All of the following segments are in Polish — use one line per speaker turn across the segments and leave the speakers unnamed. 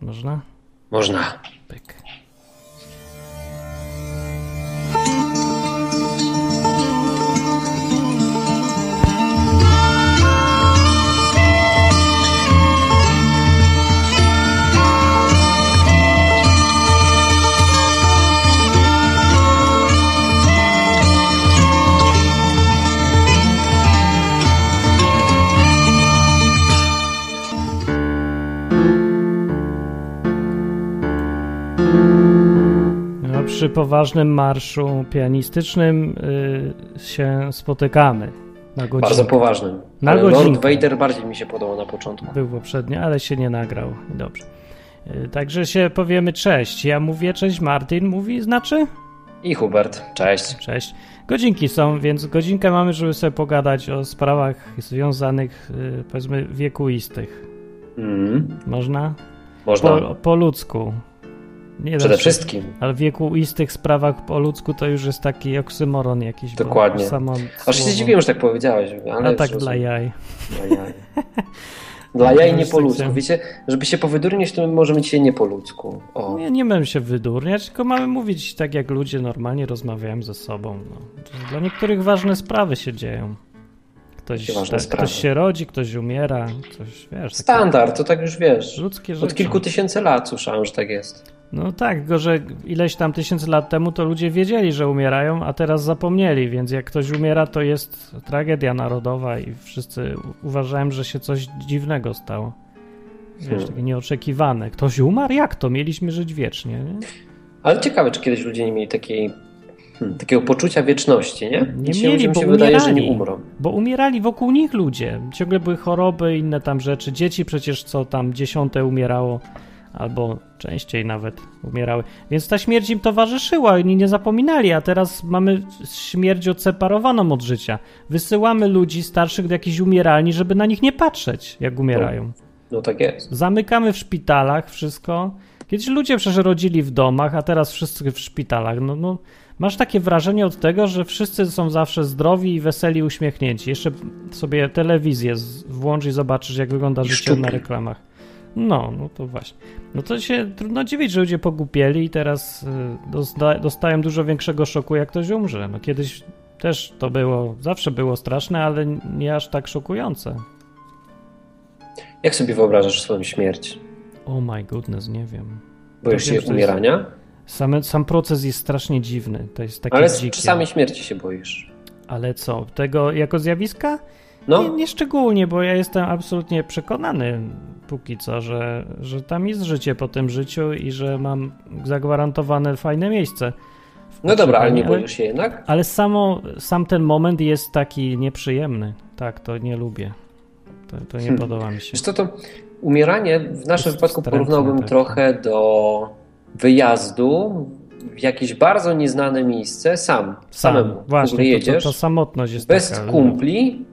Można?
Można.
Pyk. No, przy poważnym marszu pianistycznym y, się spotykamy na godzinę.
Bardzo poważnym.
Na
Ale Lord
godzinkę.
Vader bardziej mi się podobał na początku.
Był poprzednio, ale się nie nagrał. Dobrze. Y, Także się powiemy cześć. Ja mówię cześć, Martin mówi, znaczy?
I Hubert, cześć.
Cześć. Godzinki są, więc godzinkę mamy, żeby sobie pogadać o sprawach związanych, y, powiedzmy, wiekuistych.
Mm,
Można?
można.
Po, po ludzku. Nie da
Przede
się-
wszystkim.
Ale w wiekuistych sprawach po ludzku to już jest taki oksymoron jakiś. bo
Dokładnie.
Samo
Aż się
słowo-
zdziwiłem, że tak powiedziałeś. Ale
A
już
tak dla
rozumiem.
jaj.
Dla jaj. Dla jaj nie po
Już
ludzku.
chcę.
Wiecie, żeby się powydurnić, to my możemy dzisiaj nie po ludzku. O.
Nie, nie będę się wydurniać, tylko mamy mówić tak, jak ludzie normalnie rozmawiają ze sobą. No. To Dla niektórych ważne sprawy się dzieją. Ktoś,
Jakie ważne
tak,
sprawy?
ktoś się rodzi, ktoś umiera, ktoś, wiesz, takie
Standard, to tak już wiesz.
ludzkie rzeczy.
Od kilku tysięcy lat słyszałem, że tak jest.
No tak, tylko że ileś tam tysięcy lat temu to ludzie wiedzieli, że umierają, a teraz zapomnieli, więc jak ktoś umiera, to jest tragedia narodowa i wszyscy u- uważają, że się coś dziwnego stało. Wiesz,
Hmm.
takie nieoczekiwane. Ktoś umarł? Jak to? Mieliśmy żyć wiecznie, nie?
Ale ciekawe, czy kiedyś ludzie nie mieli takiej, hmm, takiego poczucia wieczności, nie?
Nie
Dzisiaj
mieli,
ludziom
bo
się wydaje, że nie
umierali.
umrą.
Bo umierali wokół nich ludzie. Ciągle były choroby, inne tam rzeczy. Dzieci przecież co tam dziesiąte umierało, albo częściej nawet umierały. Więc ta śmierć im towarzyszyła, oni nie zapominali, a teraz mamy śmierć odseparowaną od życia. Wysyłamy ludzi starszych do jakichś umieralni, żeby na nich nie patrzeć, jak umierają.
No tak jest.
Zamykamy w szpitalach wszystko. Kiedyś ludzie przecież rodzili w domach, a teraz wszyscy w szpitalach. No, no, masz takie wrażenie od tego, że wszyscy są zawsze zdrowi i weseli, uśmiechnięci. Jeszcze sobie telewizję z- włącz i zobaczysz, jak wygląda
I
życie
szczupli.
na reklamach. No, no to właśnie. No to się trudno dziwić, że ludzie pogupieli i teraz y, dosta- dostają dużo większego szoku, jak ktoś umrze. No kiedyś też to było, zawsze było straszne, ale nie aż tak szokujące.
Jak sobie wyobrażasz swoją śmierć?
Oh my goodness, nie wiem.
Boisz
wiem,
się
że to jest-
umierania?
Sam, sam proces jest strasznie dziwny. To jest takie
Ale
dzikie.
czasami śmierci się boisz.
Ale co, tego jako zjawiska?
No,
Nie, nie szczególnie, bo ja jestem absolutnie przekonany póki co, że, że tam jest życie po tym życiu i że mam zagwarantowane fajne miejsce. w
no dobra, ale nie
poczekalni,
boisz się jednak?
Znaczy, Ale samo, sam ten moment jest taki nieprzyjemny. Tak, to nie lubię. To, to nie
Hmm.
podoba mi się.
Wiesz co, to umieranie w naszym
Jest tak.
wypadku
wstrętne
porównałbym
takie.
trochę do wyjazdu w jakieś bardzo nieznane miejsce sam, samemu. w ogóle
Właśnie, to, to,
jedziesz,
to samotność jest
bez
taka. no.
kumpli,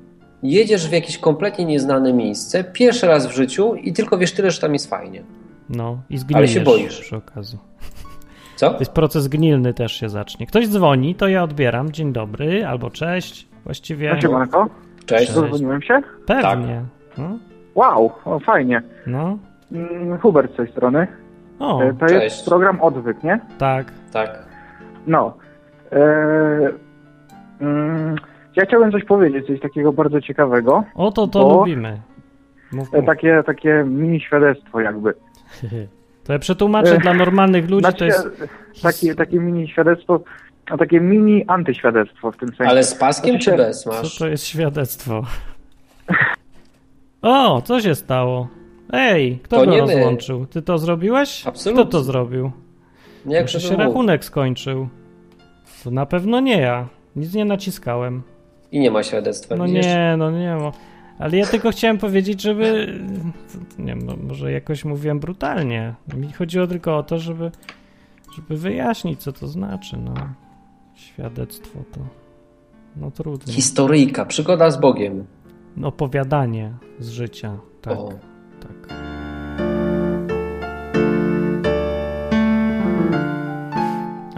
jedziesz w jakieś kompletnie nieznane miejsce, pierwszy raz w życiu i tylko wiesz tyle, że tam jest fajnie.
No, i zgnijesz
boisz.
przy okazji.
Co?
To jest proces gnilny też się zacznie. Ktoś dzwoni, to ja odbieram. Dzień dobry albo cześć. Właściwie
Znaczy Marko,
Cześć.
Cześć.
dzwoniłem się?
pewnie.
Tak.
No,
Wow, o, fajnie.
no.
Mm, Hubert z tej strony.
O,
E, to
cześć.
jest program Odwyk, nie?
tak.
Tak.
No. E, mm, ja chciałem coś powiedzieć, coś takiego bardzo ciekawego.
O to to
Bo-
lubimy. Mów,
E,
mów.
takie, takie mini świadectwo jakby.
To ja przetłumaczę
E,
dla normalnych ludzi, to
Znaczy,
jest...
e, takie, takie mini świadectwo, a takie mini antyświadectwo w tym sensie.
Ale z paskiem czy
Znaczy się-
bez
Co
masz?
to jest świadectwo? O, co się stało? Ej, kto
To
go
nie my.
rozłączył? Ty to zrobiłeś?
Absolutnie.
Kto to zrobił?
Nie, jak
Jeszcze
żeby
się
mógł.
rachunek skończył. To na pewno nie ja. Nic nie naciskałem.
I nie ma świadectwa.
No
widzisz?
nie, no nie. No. Ale ja tylko chciałem powiedzieć, żeby. Nie wiem, no, może jakoś mówiłem brutalnie. Mi chodziło tylko o to, żeby, żeby wyjaśnić, co to znaczy. No. Świadectwo to. No trudno.
Historyjka, przygoda z Bogiem.
No, Opowiadanie z życia. Tak,
O.
tak.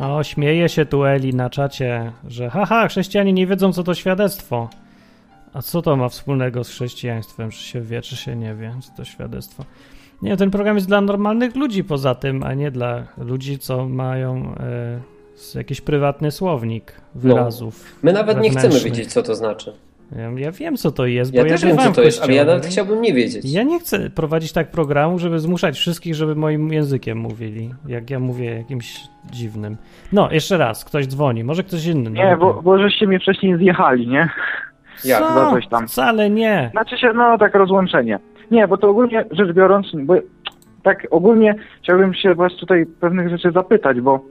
O, śmieje się tu Eli na czacie, że haha, chrześcijanie nie wiedzą, co to świadectwo. A co to ma wspólnego z chrześcijaństwem? Czy się wie, czy się nie wie, co to świadectwo? Nie, ten program jest dla normalnych ludzi poza tym, a nie dla ludzi, co mają e, s- jakiś prywatny słownik wyrazów.
No. My nawet nie chcemy
wewnętrznych.
wiedzieć, co to znaczy.
Ja, ja wiem, co to jest,
Ja
bo
też
ja
wiem, co
bywałem
to
w
jest, ale ja
kościele.
nawet chciałbym nie wiedzieć.
Ja nie chcę prowadzić tak programu, żeby zmuszać wszystkich, żeby moim językiem mówili, jak ja mówię jakimś dziwnym. No, jeszcze raz, ktoś dzwoni, może ktoś inny. no
Nie, bo, bo żeście mnie wcześniej zjechali, nie?
Jak?
Co?
Za coś tam.
Wcale nie.
Znaczy się, no tak rozłączenie. Nie, bo to ogólnie rzecz biorąc, bo tak ogólnie chciałbym się was tutaj pewnych rzeczy zapytać, bo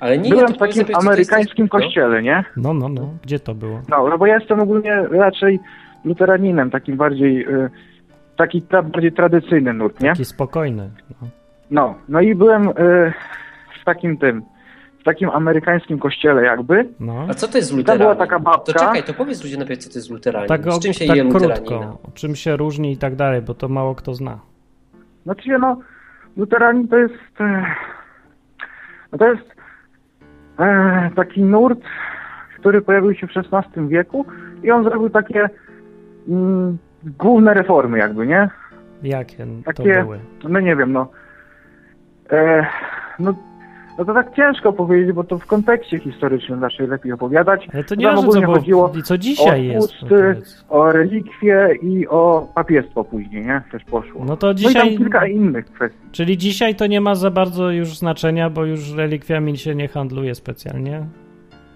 Ale nie, ja
byłem
to
w takim
powiem sobie, co to
amerykańskim
jest- no.
kościele, nie?
No, no, no. Gdzie to było?
No, no bo ja jestem ogólnie raczej luteraninem, takim bardziej, y, taki tra, bardziej tradycyjny nurt, nie?
Taki spokojny. No.
No, no i byłem y, w takim tym, w takim amerykańskim kościele jakby.
no.
A co to jest
Tam
luteranin?
była taka
To
babka.
czekaj, to powiedz ludzie najpierw, co to jest luteranin.
Tak, o-
Z czym się
tak
je luteranina?
krótko, czym się różni i tak dalej, bo to mało kto zna.
Znaczy się, no, luteranin to jest, e, no to jest e, taki nurt, który pojawił się w XVI wieku i on zrobił takie mm, główne reformy jakby, nie?
Jakie to
Takie-
były?
No nie wiem, no. E, no, no to tak ciężko powiedzieć, bo to w kontekście historycznym zawsze lepiej opowiadać.
Ale to
Tam
nie ważne, co
ogólnie
było,
chodziło
i co dzisiaj
o
jest. no
tłusty-
powiedz.
O relikwie i o papiestwo później, nie? Też poszło.
No to
No i tam
dzisiaj,
kilka innych kwestii.
czyli dzisiaj to nie ma za bardzo już znaczenia, bo już relikwiami się nie handluje specjalnie?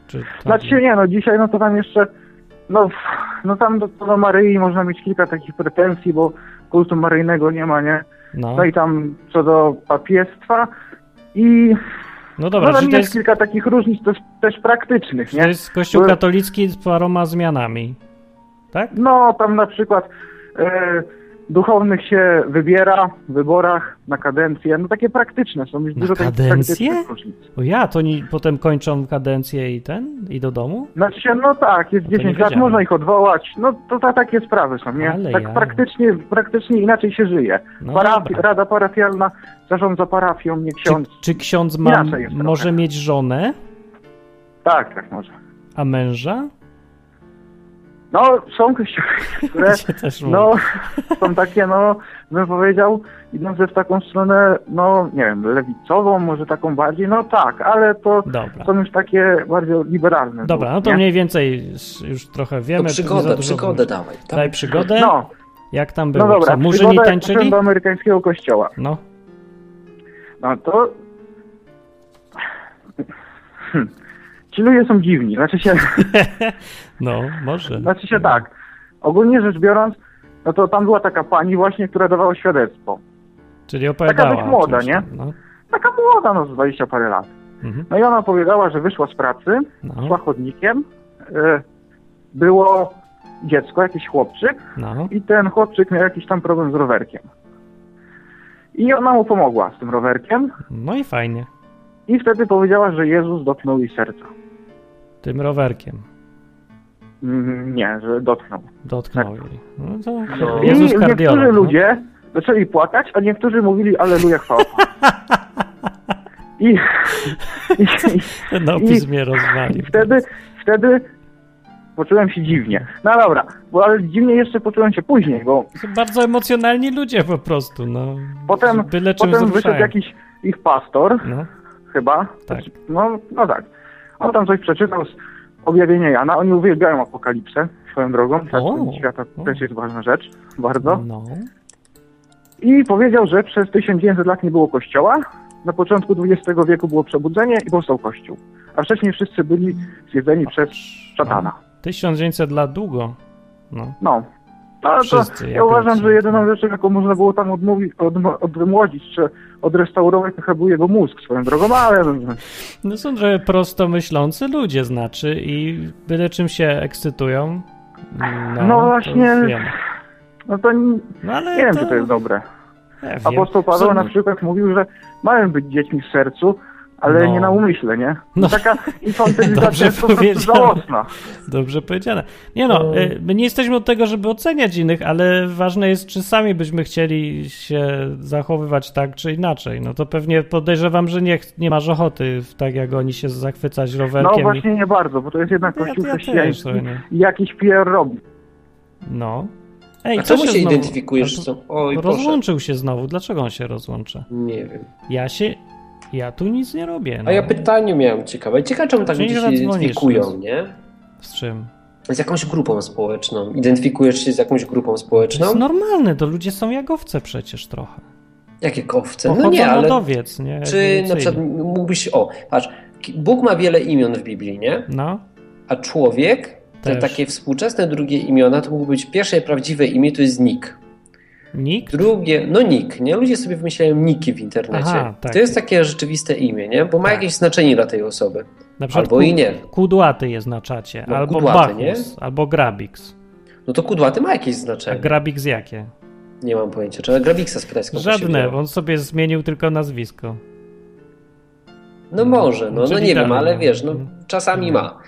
Czy tak? to...
Znaczy się nie, no dzisiaj no to tam jeszcze, no, w- no tam do, do Maryi można mieć kilka takich pretensji, bo kultu maryjnego nie ma, nie?
No,
No i tam co do papiestwa i
no dobra,
no
czyli
tam
to
jest
jest,
kilka takich różnic też, też praktycznych,
czyli to
nie?
jest kościół
Bo-
katolicki z paroma zmianami, tak?
No, tam na przykład e, duchownych się wybiera w wyborach na kadencję. No takie praktyczne są. Już
Na
dużo takich
kadencję?
praktycznych różnic.
O ja, to oni potem kończą kadencję i ten, i do domu?
Znaczy się, no tak, jest
nie
10 lat,
wiedziałem.
można ich odwołać. No to, ta- takie sprawy są, nie?
Ale
tak
ja.
praktycznie, praktycznie inaczej się żyje.
No
Parafi-
dobra.
Rada parafialna zarządza parafią, nie
Czy,
ksiądz.
czy ksiądz ma,
Inaczej jest trochę.
może mieć żonę,
Tak, tak może.
a męża?
No, są kościoły, które
Się też mówi.
no, są takie, no, bym powiedział, idące w taką stronę, no, nie wiem, lewicową, może taką bardziej, no tak, ale to
Dobra.
są już takie bardziej liberalne.
Dobra, no to mniej więcej s- już trochę
To
wiemy. to nie za
przygodę,
dużo
przygodę
mówić.
dawaj. tak?
Daj przygodę.
No,
Jak tam było?
no
Co,
dobra,
murzyni
przygoda, jak poszedłem
tańczyli?
do amerykańskiego kościoła.
No,
No to... Hmm. Ci ludzie są dziwni, znaczy się,
no, może.
znaczy się tak, ogólnie rzecz biorąc, no to tam była taka pani właśnie, która dawała świadectwo.
Czyli opowiadała.
dość młoda,
o czymś
nie?
tam, No,
Taka młoda, no z 20 parę lat.
mhm,
No i ona powiedziała, że wyszła z pracy,
no,
szła chodnikiem, y, było dziecko, jakiś chłopczyk
no.
i ten chłopczyk miał jakiś tam problem z rowerkiem. I ona mu pomogła z tym rowerkiem
No i fajnie.
i wtedy powiedziała, że Jezus dotknął jej serca.
Tym rowerkiem
Mm, Nie, że dotknął.
dotknął jej. No to
No.
Jezus
Tak. I
kardiolog.
niektórzy
no.
ludzie zaczęli płakać, a niektórzy mówili Aleluja, chwała. Panu". I, i,
Ten opis
I-
mnie
i, I
rozwalił.
wtedy, wtedy poczułem się dziwnie. No dobra, bo ale dziwnie jeszcze poczułem się później, bo
To Bardzo emocjonalni ludzie po prostu, no.
Potem-
Byle czym
Potem wyszedł
wzruszają.
jakiś ich pastor,
No,
chyba.
Tak.
No, no tak. On tam coś przeczytał z objawienia Jana. Oni uwielbiają apokalipsę, swoją drogą. Tak,
O.
ten świata
O.
też jest ważna rzecz, bardzo.
no.
I powiedział, że przez 1900 lat nie było kościoła. Na początku XX wieku było przebudzenie i powstał kościół. A wcześniej wszyscy byli zjedzeni przez szatana.
1900 lat długo. No.
No. Ale to
Wszyscy,
ja
jak
uważam,
lecą.
że jedyną rzeczą, jaką można było tam odmówić, odm- odmłodzić czy odrestaurować, to chyba był jego mózg swoją drogą, ale
No są trochę prosto myślący ludzie, znaczy, i byle czym się ekscytują. No,
No
to
właśnie.
wiem.
no to nie,
No ale
Nie wiem,
to,
czy to jest dobre.
nie wiem.
Apostoł Paweł
Są-
na przykład mówił, że mają być dziećmi w sercu, ale
No.
nie na umyśle, nie?
No.
Taka
Dobrze
infantylizacja jest po prostu
powiedziane.
żałosna.
Dobrze powiedziane. Nie no, y, my nie jesteśmy od tego, żeby oceniać innych, ale ważne jest, czy sami byśmy chcieli się zachowywać tak czy inaczej. No to pewnie podejrzewam, że nie, ch- nie masz ochoty, w- tak jak oni się zachwycać rowerkiem.
No
i-
właśnie nie bardzo, bo to jest jednak
No Ja-
kościół
ja też,
chrześcijański
to nie.
i jakiś PR robi.
No. Ej,
A czemu się,
znowu- No
identyfikujesz
Roz-
z tą... Oj, proszę.
Rozłączył się znowu. Dlaczego on się rozłącza?
Nie wiem.
Ja się. Ja tu nic nie robię. No.
A ja pytanie miałem ciekawe. Ciekawe, czemu tak
Czyli
ludzie się
zadzwonisz raz.
identyfikują, nie?
Z czym?
Z jakąś grupą społeczną. Identyfikujesz się z jakąś grupą
To jest
społeczną?
normalne, to ludzie są jagowce przecież trochę.
Jakie kowce?
Pochodzą
No nie,
od
ale
owiec, nie?
czy na
Ewolucyjnie.
przykład mógłbyś... O, patrz. ki- Bóg ma wiele imion w Biblii, nie?
No,
A człowiek, te
Też.
takie współczesne drugie imiona, to mógłby być pierwsze prawdziwe imię, to jest Nick.
nikt?
Drugie, no Nick, nie? Ludzie sobie wymyślają Niki w internecie.
Aha, tak.
To jest takie rzeczywiste imię, nie? Bo ma
Tak.
jakieś znaczenie dla tej osoby.
Na przykład
Albo
ku-
i nie.
Kudłaty jest na czacie,
No,
albo
kudłaty,
Bachus, albo Grabix.
No to kudłaty ma jakieś
A
znaczenie.
Grabix jakie?
Nie mam pojęcia. Trzeba Grabiksa spytać skąd to się
Żadne,
wzięło.
bo on sobie zmienił tylko nazwisko.
No może, no,
Znaczy
no nie wiem,
literalnie.
ale wiesz, no czasami
Mhm.
ma.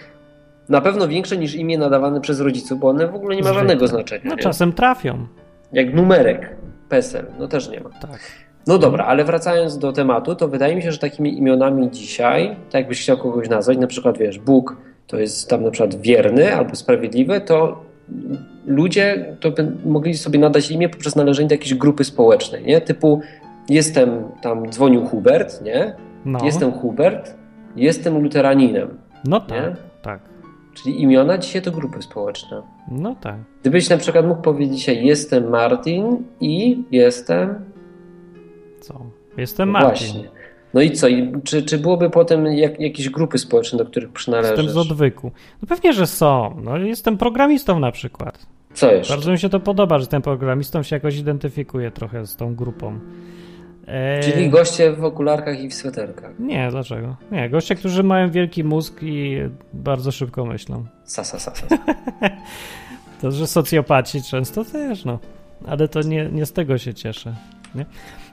Na pewno większe niż imię nadawane przez rodziców, bo one w ogóle nie ma
Zwykle.
żadnego znaczenia.
No
nie?
czasem trafią.
Jak numerek PESEL, no też nie ma.
Tak.
No dobra, ale wracając do tematu, to wydaje mi się, że takimi imionami dzisiaj, tak jakbyś chciał kogoś nazwać, na przykład wiesz, Bóg to jest tam na przykład wierny albo sprawiedliwy, to ludzie to by mogli sobie nadać imię poprzez należenie do jakiejś grupy społecznej, nie? Typu jestem tam, dzwonił Hubert, nie?
No,
Jestem Hubert, jestem luteraninem.
no tak,
nie?
tak.
Czyli imiona dzisiaj to grupy społeczne.
No tak.
Gdybyś na przykład mógł powiedzieć dzisiaj jestem Martin i jestem...
Co? Jestem
No
Martin.
Właśnie. No i co? I czy, czy byłoby potem jak, jakieś grupy społeczne, do których
Jestem
przynależysz?
z odwyku. No pewnie, że są. No, jestem programistą na przykład.
Co jeszcze?
Bardzo mi się to podoba, że ten programistą się jakoś identyfikuje trochę z tą grupą. E,
Czyli goście w okularkach i w sweterkach.
Nie, dlaczego? Nie, goście, którzy mają wielki mózg i bardzo szybko myślą.
Sasa, sasa.
To, że socjopaci często też, no. Ale to nie, nie z tego się cieszę. Nie?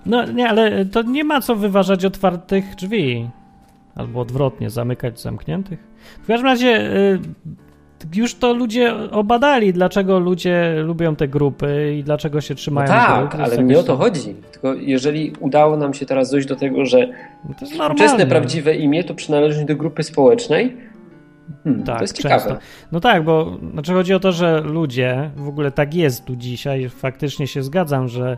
No nie, ale to nie ma co wyważać otwartych drzwi. Albo odwrotnie, zamykać zamkniętych. W każdym razie y, już to ludzie obadali, dlaczego ludzie lubią te grupy i dlaczego się
No
trzymają grup.
tak,
To jest
ale nie o
jakaś-
to chodzi. Tylko jeżeli udało nam się teraz dojść do tego, że
No To jest
wczesne
normalne.
prawdziwe imię to przynależy do grupy społecznej, hmm,
Tak,
to jest
często.
ciekawe.
No tak, bo znaczy chodzi o to, że ludzie, w ogóle tak jest tu dzisiaj, faktycznie się zgadzam, że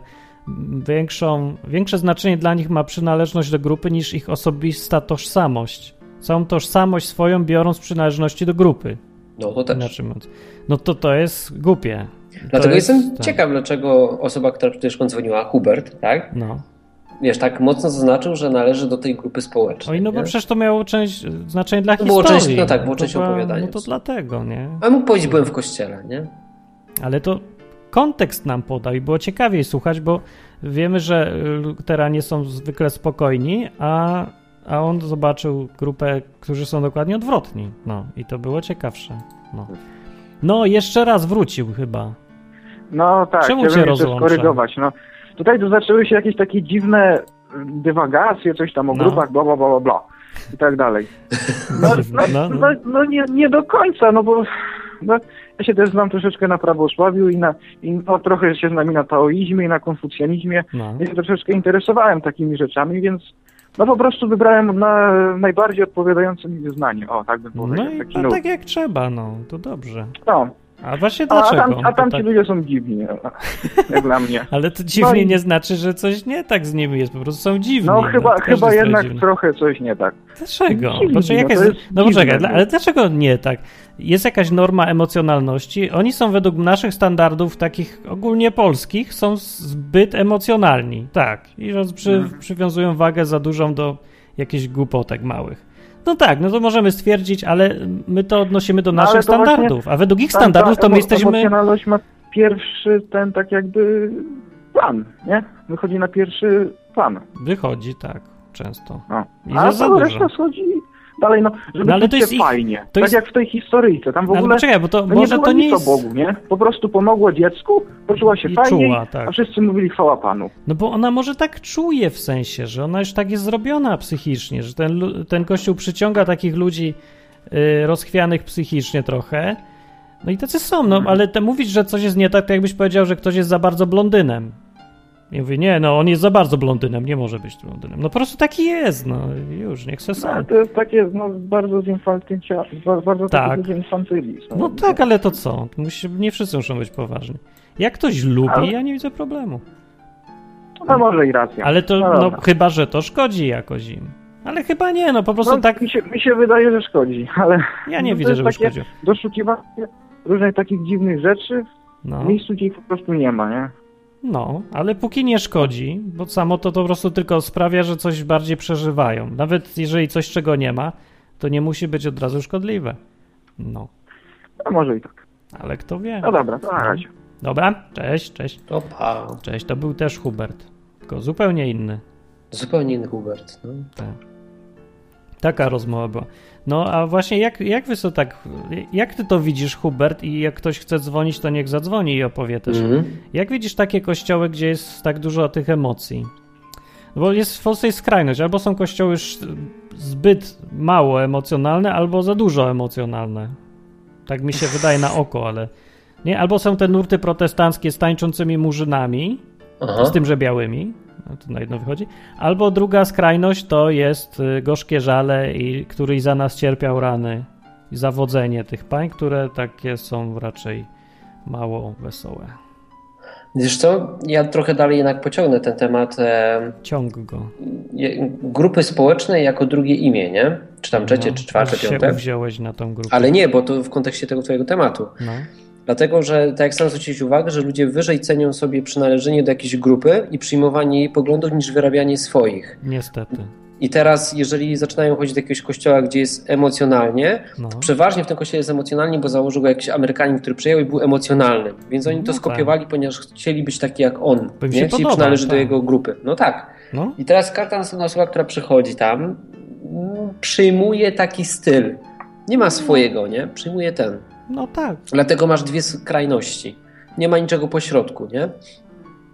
większą, większe znaczenie dla nich ma przynależność do grupy niż ich osobista tożsamość. Całą tożsamość swoją biorą z przynależności do grupy.
No to też.
Inaczej mówiąc. No to to jest głupie.
Dlatego
to jest-
jestem
tak.
ciekaw, dlaczego osoba, która przed chwileczką dzwoniła, Hubert, tak?
No.
Wiesz, tak mocno zaznaczył, że należy do tej grupy społecznej.
Oj, no bo
nie?
przecież to miało część, znaczenie dla
To było
historii.
część- no tak, było
to
część
była-
opowiadania.
No to dlatego, nie?
A mógł powiedzieć, byłem w kościele, nie?
Ale to kontekst nam podał i było ciekawiej słuchać, bo wiemy, że luteranie są zwykle spokojni, a, a on zobaczył grupę, którzy są dokładnie odwrotni. No i to było ciekawsze. No, no jeszcze raz wrócił chyba.
No tak,
Czemu
ja
cię
bym jeszcze
rozłącza?
skorygować. No, tutaj tu zaczęły się jakieś takie dziwne e, dywagacje, coś tam o
No.
grupach, bla, bla, bla, bla, bla i tak dalej. No, no,
No,
no,
no.
no nie, nie do końca, no bo no, ja się też znam troszeczkę na prawosławiu i, na, i no, trochę się znam i na taoizmie, i na konfucjanizmie.
No.
Ja się troszeczkę interesowałem takimi rzeczami, więc no po prostu wybrałem na, najbardziej odpowiadające mi wyznanie. O, tak bym powiedział.
No i
taki
a
nurt.
tak jak trzeba, no, to dobrze.
no.
A właśnie
A, a
dlaczego?
tam, a tam
To
ci
tak-
ludzie są dziwni, no, jak dla mnie.
Ale to dziwnie
i-
nie znaczy, że coś nie tak z nimi jest, po prostu są dziwni.
No chyba,
każdy no.
chyba
jest
jednak
dziwny.
trochę coś nie tak.
Dlaczego?
Dziwne,
Bo czy
no
jaka
to
jest...
jest
No
dziwne,
poczekaj, dla-
no.
ale dlaczego nie tak? Jest jakaś norma emocjonalności. Oni są według naszych standardów, takich ogólnie polskich, są zbyt emocjonalni. Tak. I roz- przy,
Mhm.
przywiązują wagę za dużą do jakichś głupotek małych. No tak, no to możemy stwierdzić, ale my to odnosimy do
No, ale
naszych
to właśnie
standardów. A według ich
Tam
standardów
ta
to my
emo-
jesteśmy.
Emocjonalność ma pierwszy ten tak jakby plan, nie? Wychodzi na pierwszy plan.
Wychodzi, tak, często.
No.
I
A
za- za
to reszta
dużo.
schodzi dalej, no, żeby
No, ale
czuć
to jest
się
ich-
fajnie. tak
jest-
jak w tej historyjce, tam w
Ale
ogóle
poczekaj, bo to
no,
może
nie
to
było
nie
nic
jest.
o Bogu, nie? Po prostu pomogło dziecku, poczuła się
I
fajnie,
czuła, tak.
a wszyscy mówili chwała Panu.
No bo ona może tak czuje w sensie, że ona już tak jest zrobiona psychicznie, że ten, lu- ten kościół przyciąga takich ludzi y, rozchwianych psychicznie trochę. No i tacy są, no ale te mówić, że coś jest nie tak, to jakbyś powiedział, że ktoś jest za bardzo blondynem. I mówi, nie, no on jest za bardzo blondynem, nie może być blondynem. No po prostu taki jest, no już, niech se
No, ale
sam.
to jest takie, no, bardzo zinfantycia, bardzo
Tak.
tak. zinfantylizm.
No tak, ale to co? Musi, nie wszyscy muszą być poważni. Jak ktoś lubi, ja nie widzę problemu.
No może i racja.
Ale to,
No
no,
dobra.
chyba, że to szkodzi jakoś im. Ale chyba nie, no po prostu
No,
tak,
mi, się, mi się wydaje, że szkodzi, ale
ja nie
to
widzę,
jest
żeby
takie-
szkodził.
doszukiwanie różnych takich dziwnych rzeczy
No.
w miejscu, gdzie ich po prostu nie ma, nie?
No, ale póki nie szkodzi, bo samo to, to po prostu tylko sprawia, że coś bardziej przeżywają. Nawet jeżeli coś, czego nie ma, to nie musi być od razu szkodliwe. No,
No może i tak.
ale kto wie.
No dobra, to na razie.
Dobra, cześć, cześć.
To pa.
Cześć, to był też Hubert, tylko zupełnie inny.
Zupełnie inny Hubert. No.
Tak. Taka rozmowa była. No, a właśnie jak, jak wy so tak, jak ty to widzisz, Hubert, i jak ktoś chce dzwonić, to niech zadzwoni i opowie też.
Mhm.
Jak widzisz takie kościoły, gdzie jest tak dużo tych emocji? No Bo jest w Polsce jest skrajność. Albo są kościoły sz- zbyt mało emocjonalne, albo za dużo emocjonalne. Tak mi się wydaje na oko, ale. Nie, albo są te nurty protestanckie z tańczącymi murzynami,
Aha.
z tym, że białymi. No to na jedno wychodzi. Albo druga skrajność to jest y, gorzkie żale, i, który za nas cierpiał rany. I zawodzenie tych pań, które takie są raczej mało wesołe.
Wiesz co, ja trochę dalej jednak pociągnę ten temat e,
Ciąg go.
je- grupy społecznej jako drugie imię, nie? Czy tam trzecie,
No,
czy czwarte,
aż się
piąte.
wziąłeś na tą grupę.
Ale nie, bo to w kontekście tego twojego tematu.
No.
Dlatego, że tak jak sam zwróciłeś uwagę, że ludzie wyżej cenią sobie przynależenie do jakiejś grupy i przyjmowanie jej poglądów niż wyrabianie swoich.
Niestety.
I teraz, jeżeli zaczynają chodzić do jakiegoś kościoła, gdzie jest emocjonalnie,
No.
Przeważnie w tym kościele jest emocjonalnie, bo założył go jakiś Amerykanin, który przyjął i był emocjonalny. Więc oni
No
to
tak.
skopiowali, ponieważ chcieli być taki jak on.
Bo im
nie?
się
Chcieli
podoba,
przynależeć do
tak.
jego grupy. No tak.
No.
I teraz każda następna osoba, która przychodzi tam, mm, przyjmuje taki styl. Nie ma swojego, nie? Przyjmuje ten.
no tak.
Dlatego masz dwie skrajności. Nie ma niczego pośrodku, nie?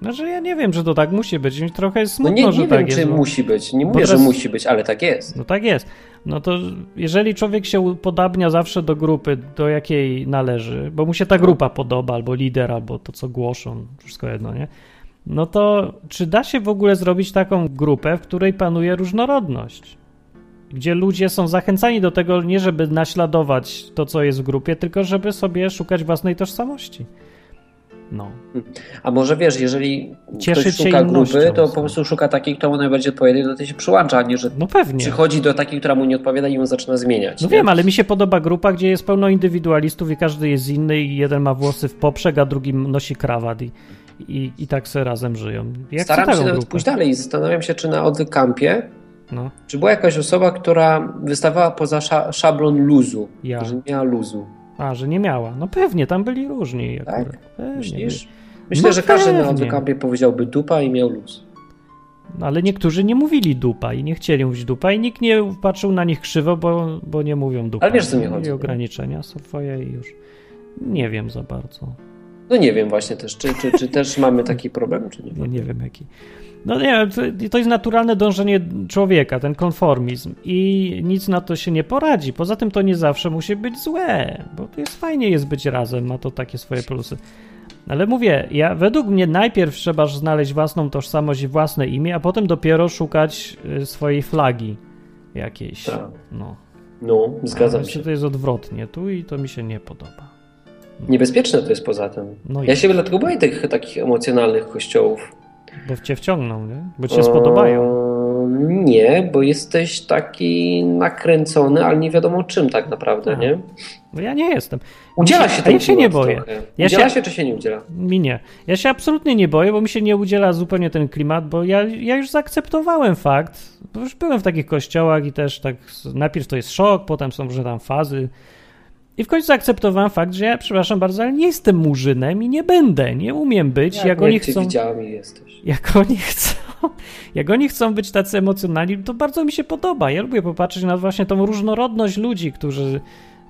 No
Znaczy ja nie wiem, że to tak musi być. Mi Trochę jest
No
smutno,
nie,
że
nie
tak
wiem,
jest.
czy
bo-
musi być. Nie
bo
mówię, że
teraz-
musi być, ale tak jest.
No tak jest. No to jeżeli człowiek się upodabnia zawsze do grupy, do jakiej należy, bo mu się ta grupa podoba, albo lider, albo to, co głoszą, wszystko jedno, nie? No to czy da się w ogóle zrobić taką grupę, w której panuje różnorodność? Gdzie ludzie są zachęcani do tego, nie żeby naśladować to, co jest w grupie, tylko żeby sobie szukać własnej tożsamości. No.
A może wiesz, jeżeli
Cieszyć
ktoś
się
szuka
innością,
grupy, to
co?
po prostu szuka takiej, która mu najbardziej odpowiada i do tej się przyłącza, a nie, że
No pewnie.
przychodzi do takiej, która mu nie odpowiada i ją zaczyna zmieniać.
No
nie?
wiem, ale mi się podoba grupa, gdzie jest pełno indywidualistów i każdy jest inny i jeden ma włosy w poprzek, a drugi nosi krawat i, i, i tak se razem żyją. Jak
Staram
chcę
się
taką
nawet
grupę.
pójść dalej i zastanawiam się, czy na odwykampie,
No,
czy była jakaś osoba, która wystawała poza sza szablon luzu,
Ja.
że nie miała luzu.
a, że nie miała. No pewnie, tam byli różni
Tak?
akurat. Pewnie
Myślisz?
byli.
Myślę,
No
że każdy na
pewnie.
odwykampie powiedziałby dupa i miał luz.
No, ale niektórzy nie mówili dupa i nie chcieli mówić dupa i nikt nie patrzył na nich krzywo, bo, bo nie mówią dupa.
Ale wiesz, co mi chodzi,
I
nie?
ograniczenia są twoje i już. Nie wiem za bardzo.
No nie wiem właśnie też, czy, czy, czy też mamy taki problem, czy nie.
No nie wiem jaki. No nie wiem, to, to jest naturalne dążenie człowieka, ten konformizm i nic na to się nie poradzi. Poza tym to nie zawsze musi być złe, bo to jest fajnie jest być razem, ma to takie swoje plusy. Ale mówię, ja według mnie najpierw trzeba znaleźć własną tożsamość i własne imię, a potem dopiero szukać y, swojej flagi jakiejś.
Tak.
No.
No, zgadzam
Ale
się.
To jest odwrotnie tu i to mi się nie podoba.
Niebezpieczne to jest poza tym.
No
Ja
i
się dlatego boję tych takich emocjonalnych kościołów.
bo cię wciągną, nie? Bo ci się spodobają.
Eee, Nie, bo jesteś taki nakręcony, ale nie wiadomo czym tak naprawdę,
Aha.
nie?
No ja nie jestem.
Udziela się
A
ten
ja się nie
klimat
boję.
trochę.
Ja
udziela
się-
się... czy się nie udziela?
Mi nie. Ja się absolutnie nie boję, bo mi się nie udziela zupełnie ten klimat, bo ja, ja już zaakceptowałem fakt, bo już byłem w takich kościołach i też tak s- najpierw to jest szok, potem są różne tam fazy. I w końcu zaakceptowałem fakt, że ja, przepraszam bardzo, ale nie jestem murzynem i nie będę, nie umiem być, jak, oni
cię
chcą.
widziałem i jesteś.
Jak oni chcą, jak oni chcą być tacy emocjonalni, to bardzo mi się podoba. Ja lubię popatrzeć na właśnie tą różnorodność ludzi, którzy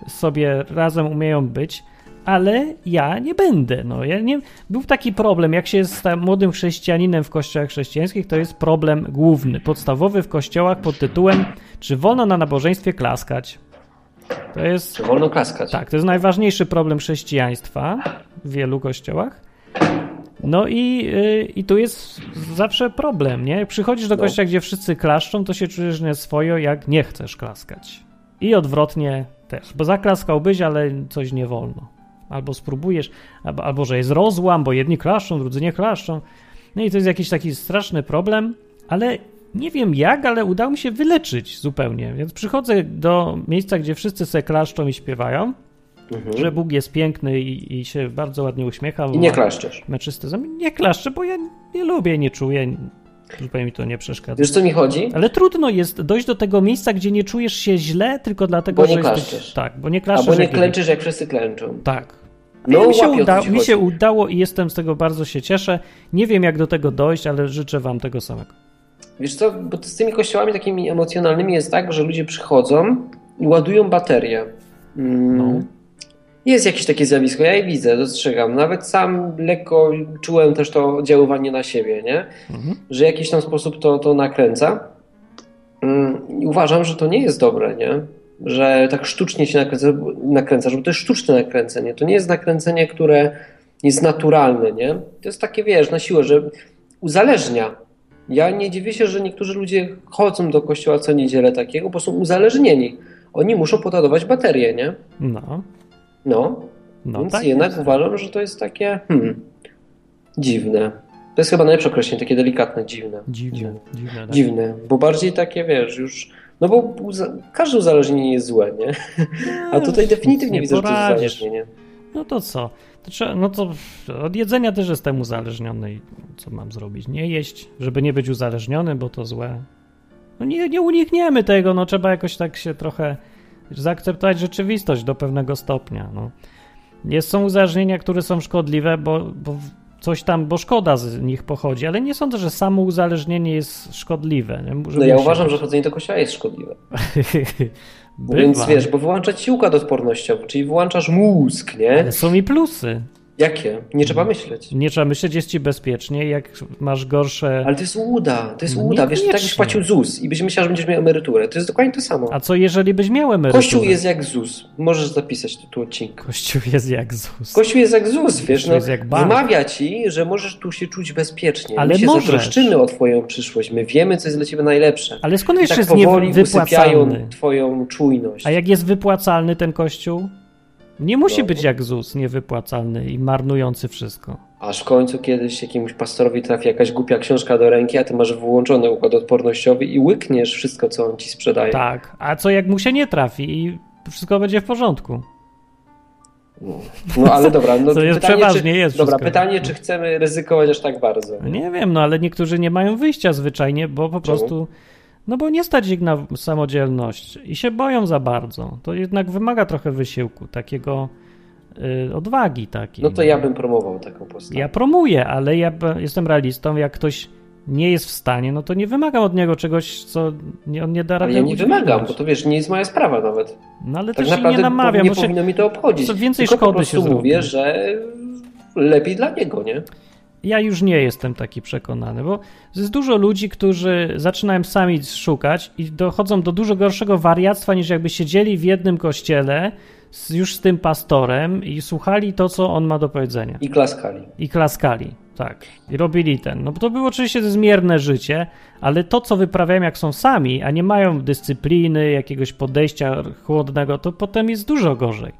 sobie razem umieją być, ale ja nie będę. No, ja nie... Był taki problem, jak się jest tam młodym chrześcijaninem w kościołach chrześcijańskich, to jest problem główny, podstawowy w kościołach pod tytułem czy wolno na nabożeństwie klaskać? To jest
Czy wolno klaskać?
tak, to jest najważniejszy problem chrześcijaństwa w wielu kościołach. No i, y, i tu jest zawsze problem, nie? Jak przychodzisz do
No.
kościoła, gdzie wszyscy klaszczą, to się czujesz nie swojo, jak nie chcesz klaskać. I odwrotnie też, bo zaklaskałbyś, ale coś nie wolno. Albo spróbujesz, albo, albo że jest rozłam, bo jedni klaszczą, drudzy nie klaszczą. No i to jest jakiś taki straszny problem, ale nie wiem jak, ale udało mi się wyleczyć zupełnie. Więc przychodzę do miejsca, gdzie wszyscy se klaszczą i śpiewają,
Mhm.
że Bóg jest piękny i, i się bardzo ładnie uśmiecha.
I nie klaszczesz.
Meczyste zęby. Nie klaszczę, bo ja nie lubię, nie czuję. Zupełnie mi to nie przeszkadza.
Wiesz, co mi chodzi?
Ale trudno jest dojść do tego miejsca, gdzie nie czujesz się źle, tylko dlatego,
Bo
że
nie
jesteś...
klaszczesz.
Tak, bo nie klaszczesz.
Albo nie
jak lubisz.
klęczysz, jak wszyscy klęczą.
Tak.
No,
No, mi, się
łapie o to
uda,
ci
mi
chodzi.
się udało i jestem z tego bardzo się cieszę. Nie wiem, jak do tego dojść, ale życzę wam tego samego.
Wiesz co, bo z tymi kościołami takimi emocjonalnymi jest tak, że ludzie przychodzą i ładują baterię. Mm.
No.
Jest jakieś takie zjawisko, ja je widzę, dostrzegam. Nawet sam lekko czułem też to oddziaływanie na siebie, nie?
Mhm.
że w jakiś tam sposób to, to nakręca. Mm, i Uważam, że to nie jest dobre, nie? Że tak sztucznie się nakręca, nakręca, żeby to jest sztuczne nakręcenie. To nie jest nakręcenie, które jest naturalne, nie? To jest takie, wiesz, na siłę, że uzależnia. Ja nie dziwię się, że niektórzy ludzie chodzą do kościoła co niedzielę takiego, bo są uzależnieni. Oni muszą podarować baterię, nie?
No,
No,
no
więc
tak.
jednak uważam, że to jest takie hmm, dziwne. To jest chyba najlepsze określenie, takie delikatne, dziwne.
Dziwne, dziwne. Tak.
Dziwne, bo bardziej takie, wiesz, już... No bo uza- każde uzależnienie jest złe, nie? A tutaj definitywnie
Eee, nie
widzę, że to jest
poradzisz.
uzależnienie.
No to co? To trzeba, no to od jedzenia też jestem uzależniony i co mam zrobić? Nie jeść, żeby nie być uzależniony, bo to złe. No nie, nie unikniemy tego, no trzeba jakoś tak się trochę zaakceptować rzeczywistość do pewnego stopnia, no. Jest, są uzależnienia, które są szkodliwe, bo, bo w- coś tam, bo szkoda z nich pochodzi, ale nie sądzę, że samo uzależnienie jest szkodliwe. Nie?
No ja uważam, że chodzenie do kościoła jest szkodliwe.
Bywa.
Więc wiesz, bo wyłączać ci układ odpornościowy, czyli wyłączasz mózg, nie?
Ale są i plusy.
Jakie? Nie trzeba myśleć.
Nie trzeba myśleć, jest ci bezpiecznie, jak masz gorsze...
Ale to jest uda, to jest
No
uda. Wiesz, ty tak byś
niekoniecznie.
płacił ZUS i byś myślał, że będziesz miał emeryturę. To jest dokładnie to samo.
A co jeżeli byś miał emeryturę?
Kościół jest jak ZUS. Możesz zapisać tytuł odcinka.
Kościół jest jak ZUS.
Kościół jest jak ZUS, wiesz,
Kościół
no,
jest jak bank.
wymawia ci, że możesz tu się czuć bezpiecznie.
Ale
my się
możesz.
zatroszczymy o twoją przyszłość, my wiemy, co jest dla ciebie najlepsze.
Ale skąd
I
jeszcze
tak
jest
powoli usypiają
niewypłacalny?
twoją czujność.
A jak jest wypłacalny ten kościół? Nie musi
No.
być jak ZUS, niewypłacalny i marnujący wszystko.
Aż w końcu kiedyś jakiemuś pastorowi trafi jakaś głupia książka do ręki, a ty masz wyłączony układ odpornościowy i łykniesz wszystko, co on ci sprzedaje.
Tak. A co jak mu się nie trafi i wszystko będzie w porządku?
No ale dobra, no
Co jest
pytanie,
przeważnie,
czy,
jest
Dobra,
wszystko.
pytanie, czy chcemy ryzykować aż tak bardzo.
No Nie wiem, no ale niektórzy nie mają wyjścia zwyczajnie, bo po
Czemu?
prostu. No bo nie stać ich na samodzielność i się boją za bardzo. To jednak wymaga trochę wysiłku, takiego y, odwagi takiej.
No to ja bym promował taką postawę.
Ja promuję, ale ja b- jestem realistą. Jak ktoś nie jest w stanie, no to nie wymagam od niego czegoś, co nie, on nie da
Ale
rady
ja nie
udźwignąć.
wymagam, bo to wiesz, nie jest moja sprawa nawet.
No ale
Tak
też i
naprawdę
nie namawiam. Znaczy,
nie
bo się-
powinno mi to obchodzić.
co więcej
Tylko
szkody
po prostu
się zrobi.
mówię, że lepiej dla niego, nie?
Ja już nie jestem taki przekonany, bo jest dużo ludzi, którzy zaczynają sami szukać i dochodzą do dużo gorszego wariactwa, niż jakby siedzieli w jednym kościele z, już z tym pastorem i słuchali to, co on ma do powiedzenia.
I klaskali.
i klaskali, tak. I robili ten. No bo to było oczywiście zmierne życie, ale to, co wyprawiają, jak są sami, a nie mają dyscypliny, jakiegoś podejścia chłodnego, to potem jest dużo gorzej.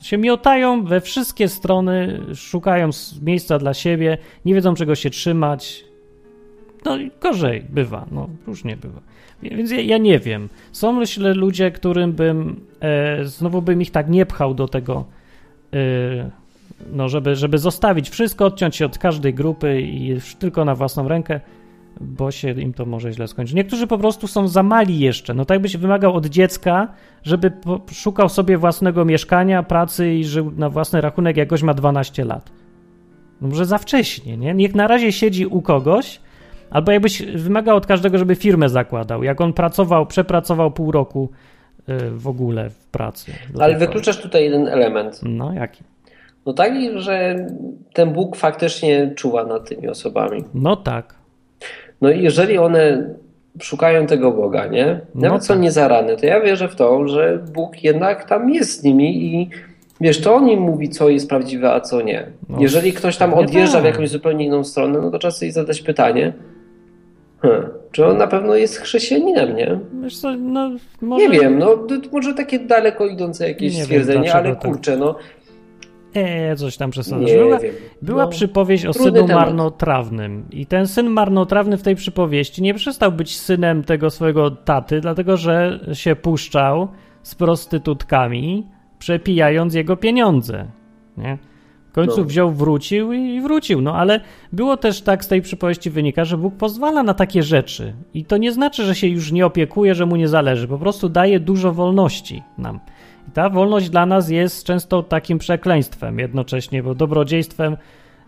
Się miotają we wszystkie strony, szukają s- miejsca dla siebie, nie wiedzą czego się trzymać. No i gorzej bywa, no różnie bywa. Wie- Więc ja, ja nie wiem. Są myślę ludzie, którym bym, e, znowu bym ich tak nie pchał do tego y, no żeby, żeby zostawić wszystko, odciąć się od każdej grupy i już tylko na własną rękę, bo się im to może źle skończyć. Niektórzy po prostu są za mali jeszcze. No tak by się wymagał od dziecka, żeby po- szukał sobie własnego mieszkania, pracy i żył na własny rachunek, jak goś ma 12 lat. No może za wcześnie, nie? Niech na razie siedzi u kogoś, albo jakbyś wymagał od każdego, żeby firmę zakładał. Jak on pracował, przepracował pół roku y, w ogóle w pracy.
Ale wykluczasz tutaj jeden element.
No jaki?
No taki, że ten Bóg faktycznie czuwa nad tymi osobami.
No tak.
No i jeżeli one szukają tego Boga, nie?
No
Nawet są
tak.
niezarane, to ja wierzę w to, że Bóg jednak tam jest z nimi i wiesz, to on im mówi, co jest prawdziwe, a co nie.
No,
jeżeli ktoś tam
pewnie
odjeżdża w
tak.
jakąś zupełnie inną stronę, no to trzeba sobie zadać pytanie, hmm, czy on na pewno jest chrześcijaninem, nie?
Wiesz co, no, może...
Nie wiem, no to- to może takie daleko idące jakieś
Nie wiem,
stwierdzenie,
dlaczego
ale
tak.
kurczę, no
e, coś tam przesadzasz.
Nie
Była,
wiem.
była
No,
przypowieść o
trudny
synu
temat.
marnotrawnym i ten syn marnotrawny w tej przypowieści nie przestał być synem tego swojego taty, dlatego że się puszczał z prostytutkami, przepijając jego pieniądze. Nie? W końcu
No.
wziął, wrócił i- i wrócił. No ale było też tak z tej przypowieści wynika, że Bóg pozwala na takie rzeczy. I to nie znaczy, że się już nie opiekuje, że mu nie zależy. Po prostu daje dużo wolności nam. I ta wolność dla nas jest często takim przekleństwem jednocześnie, bo dobrodziejstwem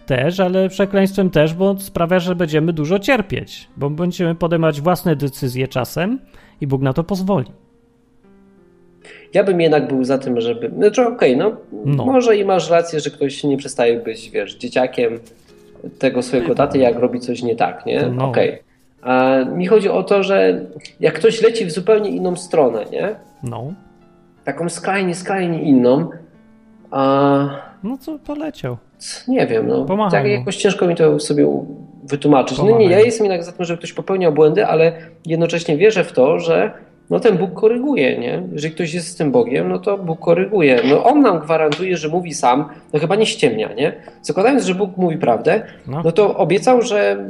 też, ale przekleństwem też, bo sprawia, że będziemy dużo cierpieć, bo będziemy podejmować własne decyzje czasem i Bóg na to pozwoli.
Ja bym jednak był za tym, żeby. Znaczy, okej, no,
No.
Może i masz rację, że ktoś nie przestaje być, wiesz, dzieciakiem tego swojego taty, jak robi coś nie tak, nie?
No.
Okej. A mi chodzi o to, że jak ktoś leci w zupełnie inną stronę, nie?
No,
Taką skrajnie, skrajnie inną, a
no co poleciał.
c- nie wiem, no.
Pomachaj
Tak
mu.
jakoś ciężko mi to sobie u- wytłumaczyć. No nie,
Pomachaj
ja
mu.
jestem jednak za tym, żeby ktoś popełniał błędy, ale jednocześnie wierzę w to, że no ten Bóg koryguje, nie? Jeżeli ktoś jest z tym Bogiem, no to Bóg koryguje. No on nam gwarantuje, że mówi sam, no chyba nie ściemnia, nie? Zakładając, że Bóg mówi prawdę,
No,
no to obiecał, że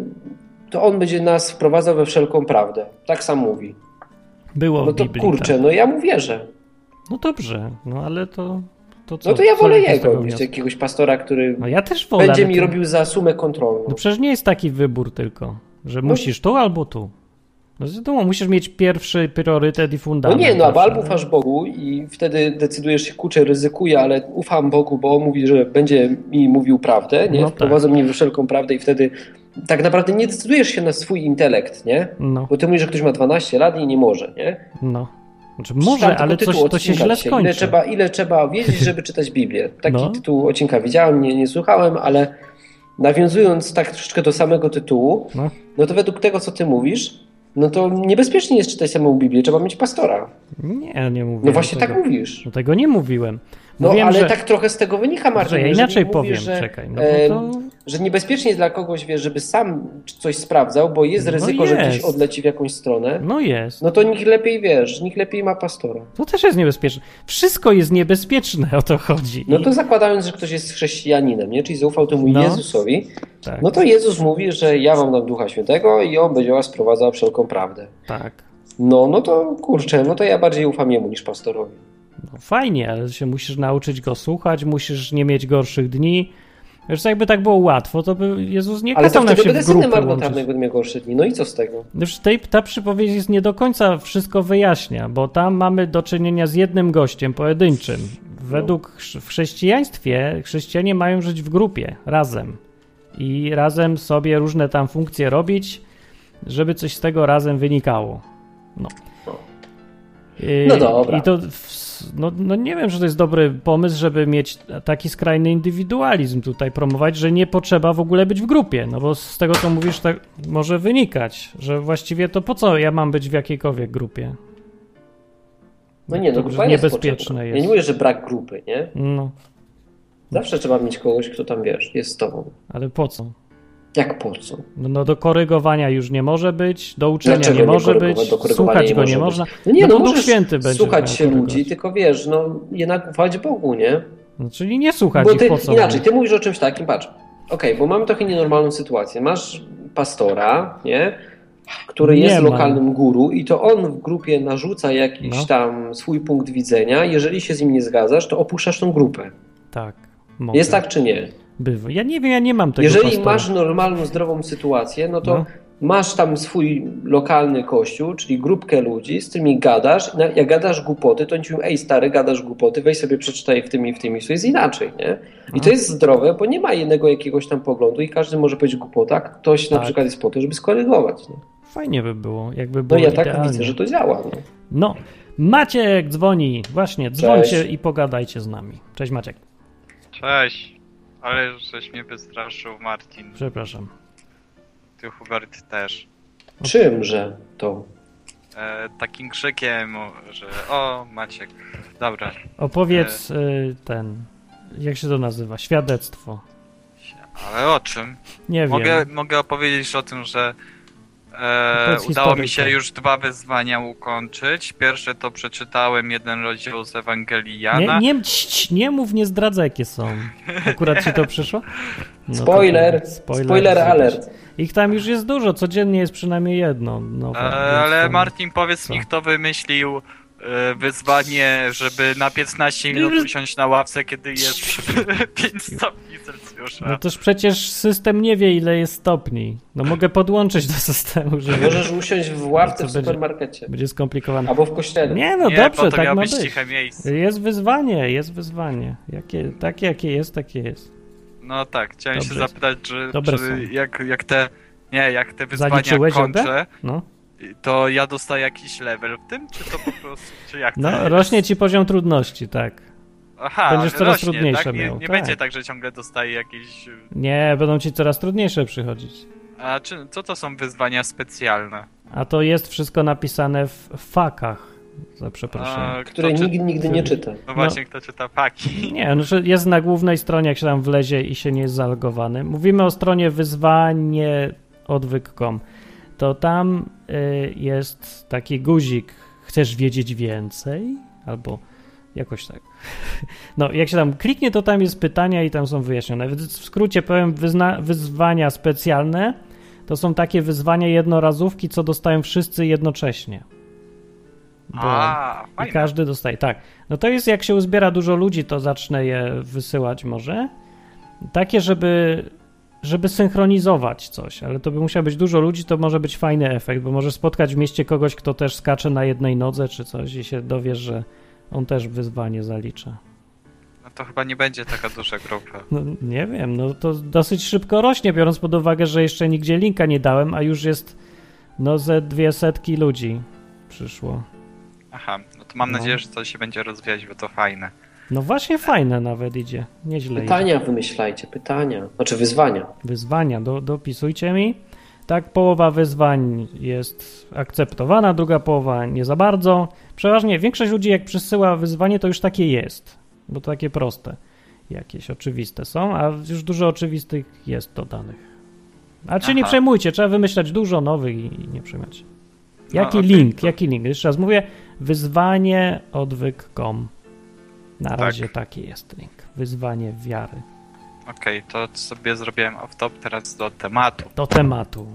to on będzie nas wprowadzał we wszelką prawdę. Tak sam mówi.
było
No
w
to
Biblii.
kurczę,
tak.
no ja mu wierzę.
No dobrze, no ale to, to co?
No to ja
co
wolę
jakby z tego
jego, niż
wniosku?
jakiegoś pastora, który
No ja też wolę.
będzie
ale
mi
to-
robił za sumę kontrolną.
No przecież nie jest taki wybór tylko, że
No-
musisz tu albo tu. No wiadomo, musisz mieć pierwszy priorytet i
No
fundament.
nie, no
zawsze,
albo
nie?
ufasz Bogu i wtedy decydujesz się, kurczę, ryzykuję, ale ufam Bogu, bo on mówi, że będzie mi mówił prawdę, nie?
No tak.
Wprowadza mnie we wszelką prawdę i wtedy tak naprawdę nie decydujesz się na swój intelekt, nie?
No,
Bo ty mówisz, że ktoś ma 12 lat i nie może, nie?
no. Znaczy,
Przeczytałem
może, ale
tylko
coś,
tytuł
to się
odcinka
źle
dzisiaj.
skończy.
Ile trzeba, ile trzeba wiedzieć, żeby czytać Biblię? Taki
No.
tytuł odcinka widziałem, nie, nie słuchałem, ale nawiązując tak troszeczkę do samego tytułu,
No.
no to według tego, co ty mówisz, no to niebezpiecznie jest czytać samą Biblię, trzeba mieć pastora.
Nie, nie mówię.
No właśnie
tego.
tak mówisz.
No tego nie mówiłem.
No
Mówiłem,
ale
że,
tak trochę z tego wynika, Marcin.
że ja
jeżeli
inaczej
mówisz,
powiem,
że,
czekaj. No
em,
bo to...
że niebezpiecznie jest dla kogoś, wiesz, żeby sam coś sprawdzał, bo jest
No
ryzyko, że ktoś
jest.
odleci w jakąś stronę,
No jest.
no to nikt lepiej, wiesz, nikt lepiej ma pastora.
To też jest niebezpieczne. Wszystko jest niebezpieczne, o to chodzi.
No
I-
to zakładając, że ktoś jest chrześcijaninem, nie? czyli zaufał temu
No.
Jezusowi,
tak,
no to Jezus mówi, że ja wam dam Ducha Świętego i On będzie was sprowadzał wszelką prawdę.
tak.
No, no to kurczę, no to ja bardziej ufam Jemu niż pastorowi.
No fajnie, ale się musisz nauczyć go słuchać, musisz nie mieć gorszych dni. Wiesz, jakby tak było łatwo, to by Jezus nie
Ale to
kazał nam
wtedy
się
będę
w
synem
grupy łączyć.
marnotrawnym, będę miał gorszy dni. No i co z tego?
Wiesz, tej, ta przypowiedź jest nie do końca wszystko wyjaśnia, bo tam mamy do czynienia z jednym gościem pojedynczym. Według chrz- w chrześcijaństwie chrześcijanie mają żyć w grupie, razem. I razem sobie różne tam funkcje robić, żeby coś z tego razem wynikało. No. Yy,
No dobra.
I to, w- no, no nie wiem, czy to jest dobry pomysł, żeby mieć taki skrajny indywidualizm tutaj promować, że nie potrzeba w ogóle być w grupie, no bo z tego, co mówisz, tak może wynikać, że właściwie to po co ja mam być w jakiejkolwiek grupie?
No nie, no
to,
grupa
że
jest
niebezpieczne
potrzebna.
jest.
Ja nie mówię, że brak grupy, nie?
No,
Zawsze trzeba mieć kogoś, kto tam wiesz, jest z tobą.
ale po co?
Jak po co?
No, no do korygowania już nie może być, do uczenia
Dlaczego
nie może
korygować?
być,
Do korygowania
słuchać go nie
może
można.
być. No nie,
No
no,
bo Duch
możesz
Święty będzie
słuchać
miał
się
korygować.
ludzi, tylko wiesz, no jednak ufać Bogu, nie?
No, czyli nie słuchać
Bo
ich
ty,
po co?
inaczej, ty mówisz o czymś takim, patrz. Okej, bo mamy trochę nienormalną sytuację. Masz pastora, nie? Który
Nie
jest
mam.
lokalnym guru i to on w grupie narzuca jakiś
No.
tam swój punkt widzenia. Jeżeli się z nim nie zgadzasz, to opuszczasz tą grupę.
Tak. Mogę.
Jest tak czy nie?
Bywa. Ja nie wiem, ja nie mam tego
Jeżeli
pastora.
masz normalną, zdrową sytuację, no to
No.
masz tam swój lokalny kościół, czyli grupkę ludzi, z którymi gadasz. Na- Jak gadasz głupoty, to oni ci mówią, ej stary, gadasz głupoty, weź sobie przeczytaj w tym i w tym i to jest inaczej, nie? I to
No.
jest zdrowe, bo nie ma jednego jakiegoś tam poglądu i każdy może powiedzieć głupota, ktoś na
Tak.
przykład jest po to, żeby skorygować. Nie?
Fajnie by było, jakby
No
było
ja tak
idealnie.
widzę, że to działa. Nie?
No, Maciek dzwoni. Właśnie, dzwońcie i pogadajcie z nami. Cześć Maciek,
Cześć, ale żeś mnie wystraszył, Martin.
przepraszam.
Ty, Hubert, też.
Czymże to?
No
E, takim krzykiem, o, że o, Maciek. Dobra.
Opowiedz y, ten, jak się to nazywa, świadectwo.
Ale o czym?
Nie
Mogę,
wiem. No
mogę opowiedzieć o tym, że E,
Powiedz
udało mi
historykę.
się już dwa wyzwania ukończyć. Pierwsze to przeczytałem jeden rozdział z Ewangelii Jana.
Nie, nie, ć, nie mów, nie zdradzaj, jakie są. Akurat ci to przyszło? No to
Spoiler,
tak,
spoiler, alert.
Ich tam już jest dużo, codziennie jest przynajmniej jedno. Nowe,
E,
więc
ale
tam-
Martin, powiedz
co?
mi, kto wymyślił e, wyzwanie, żeby na 15 minut usiąść na ławce, kiedy jest 5 stopni Celsjusza.
No toż przecież system nie wie, ile jest stopni. No mogę podłączyć do systemu, żeby
Możesz usiąść w ławce
Co
w
będzie?
supermarkecie.
będzie skomplikowane.
Albo w kościele.
Nie, no
nie,
dobrze,
bo to
tak
miało
ma
być
być.
ciche miejsce.
Jest wyzwanie, jest wyzwanie. Jakie, takie, jakie jest, takie jest.
No tak, chciałem się
Dobre.
zapytać, czy,
Dobre są.
czy jak, jak te. Nie, jak te wyzwania
Zaliczyłeś
kończę,
No,
to ja dostaję jakiś level w tym, czy to po prostu, czy jak to
no
jest?
rośnie ci poziom trudności, tak.
Aha,
będziesz coraz
rośnie,
trudniejsze
tak? Nie,
miał,
nie
tak.
będzie tak, że ciągle dostaję jakieś...
Nie, będą ci coraz trudniejsze przychodzić.
A czy, co to są wyzwania specjalne?
A to jest wszystko napisane w fakach, za przeproszeniem.
A, kto
Które
czy-
nigdy, nigdy nie czyta.
No właśnie, kto czyta paki?
Nie, no, że jest na głównej stronie, jak się tam wlezie i się nie jest zalogowany. Mówimy o stronie wyzwanieodwyk.com. To tam y, jest taki guzik, chcesz wiedzieć więcej? Albo jakoś tak. No, jak się tam kliknie, to tam jest pytania i tam są wyjaśnione. Więc W skrócie powiem, wyzna- wyzwania specjalne to są takie wyzwania jednorazówki, co dostają wszyscy jednocześnie. Bo-
A,
i
fajne.
każdy dostaje, tak. No to jest, jak się uzbiera dużo ludzi, to zacznę je wysyłać może. Takie, żeby, żeby synchronizować coś, ale to by musiało być dużo ludzi, to może być fajny efekt, bo możesz spotkać w mieście kogoś, kto też skacze na jednej nodze czy coś i się dowiesz, że on też wyzwanie zalicza.
No to chyba nie będzie taka duża grupa.
No, nie wiem, no to dosyć szybko rośnie, biorąc pod uwagę, że jeszcze nigdzie linka nie dałem, a już jest no ze dwie setki ludzi przyszło.
Aha, no to mam
No.
nadzieję, że to się będzie rozwijać, bo to fajne.
No właśnie fajne nawet idzie, nieźle idzie.
Pytania wymyślajcie, pytania. Znaczy wyzwania.
wyzwania. Do, dopisujcie mi. Tak, połowa wyzwań jest akceptowana, druga połowa nie za bardzo. Przeważnie większość ludzi, jak przysyła wyzwanie, to już takie jest, bo to takie proste. Jakieś oczywiste są, a już dużo oczywistych jest dodanych. A czy nie
Aha.
przejmujcie, trzeba wymyślać dużo nowych i, i nie przejmować.
No,
Jaki
okej,
link,
to-
jaki link? Jeszcze raz mówię, wyzwanie odwyk.com.
Tak.
Na razie taki jest link. Wyzwanie wiary.
Okej, to sobie zrobiłem off-top, teraz do tematu.
Do tematu.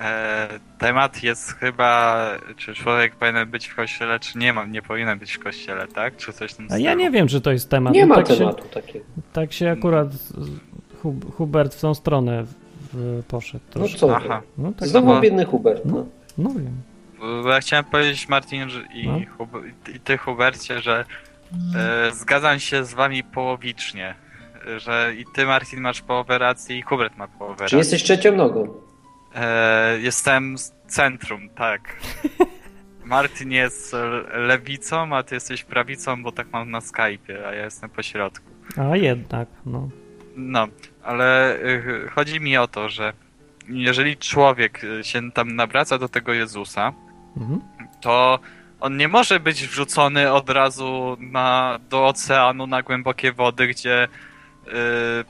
E, temat jest chyba, czy człowiek powinien być w kościele, czy nie mam, nie powinien być w kościele, tak? Czy coś tam
A ja nie wiem, czy to jest temat.
Nie
No
ma
tak
tematu takiego.
Się, tak się akurat z- Hub, Hubert w tą stronę w, w, poszedł.
No
Troszkę.
co?
Aha,
No tak,
Znowu
Aha.
biedny Hubert. No.
no wiem.
bo ja chciałem powiedzieć Martin że- i,
No.
Hub, i ty Hubercie, że e, zgadzam się z wami połowicznie. Że i ty Martin masz połowę racji i Hubert ma połowę
Czy
racji.
jesteś trzecią nogą?
E, jestem z centrum, tak. Martin jest e, lewicą, a ty jesteś prawicą, bo tak mam na Skype'ie, a ja jestem po środku.
A jednak, no.
No, ale y, chodzi mi o to, że jeżeli człowiek y, się tam nawraca do tego Jezusa,
Mhm.
to on nie może być wrzucony od razu na, do oceanu, na głębokie wody, gdzie y,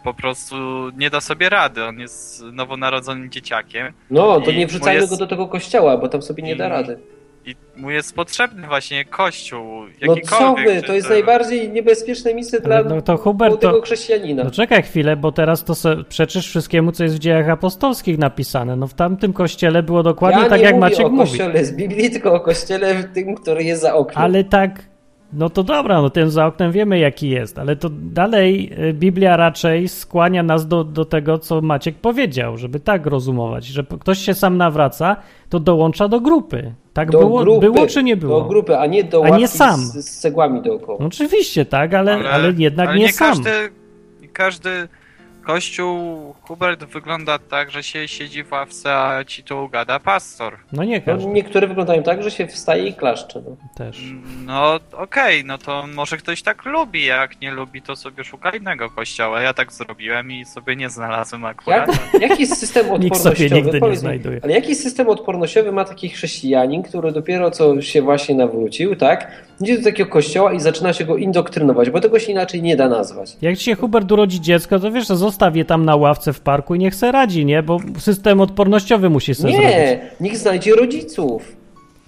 po prostu nie da sobie rady. On jest nowonarodzonym dzieciakiem
No, to
I
nie wrzucajmy
moje s-
go do tego kościoła, bo tam sobie nie da
I-
rady.
i mu jest potrzebny właśnie kościół,
No
jakikolwiek.
co wy,
czy
to jest najbardziej niebezpieczne miejsce dla
Ale no to Hubert,
młodego
to,
chrześcijanina.
no czekaj chwilę, bo teraz to se, przeczysz wszystkiemu, co jest w dziejach apostolskich napisane. No w tamtym kościele było dokładnie
ja
tak,
nie
jak
mówię
Maciek
o
mówi.
kościele z Biblii, tylko o kościele w tym, który jest za oknem.
Ale tak, no to dobra, no ten za oknem wiemy jaki jest, ale to dalej y, Biblia raczej skłania nas do, do tego, co Maciek powiedział, żeby tak rozumować, że p- ktoś się sam nawraca, to dołącza do grupy. Tak
do
było,
grupy,
było czy nie było?
Do grupy, a nie do
A nie
ławki
sam.
Z, z cegłami dookoła.
No Oczywiście tak, ale, ale, jednak
ale
nie, sam.
Każdy, nie każdy kościół Hubert wygląda tak, że się siedzi w ławce, a ci tu gada pastor.
No nie
No,
każdy
niektóre wyglądają tak, że się wstaje i klaszcze. No.
też.
No okej, no to może ktoś tak lubi, jak nie lubi, to sobie szuka innego kościoła. Ja tak zrobiłem i sobie nie znalazłem akurat.
Jak, jaki jest system
Nikt
odpornościowy?
sobie nigdy nie
Powiedz mi,
znajduje.
Ale jaki system odpornościowy ma taki chrześcijanin, który dopiero co się właśnie nawrócił, tak? Idzie do takiego kościoła i zaczyna się go indoktrynować, bo tego się inaczej nie da nazwać.
Jak ci się Hubert urodzi dziecko, to wiesz, że zostaw je tam na ławce w parku i niech se radzi, nie? Bo system odpornościowy musi sobie zrobić.
Nie, niech znajdzie rodziców,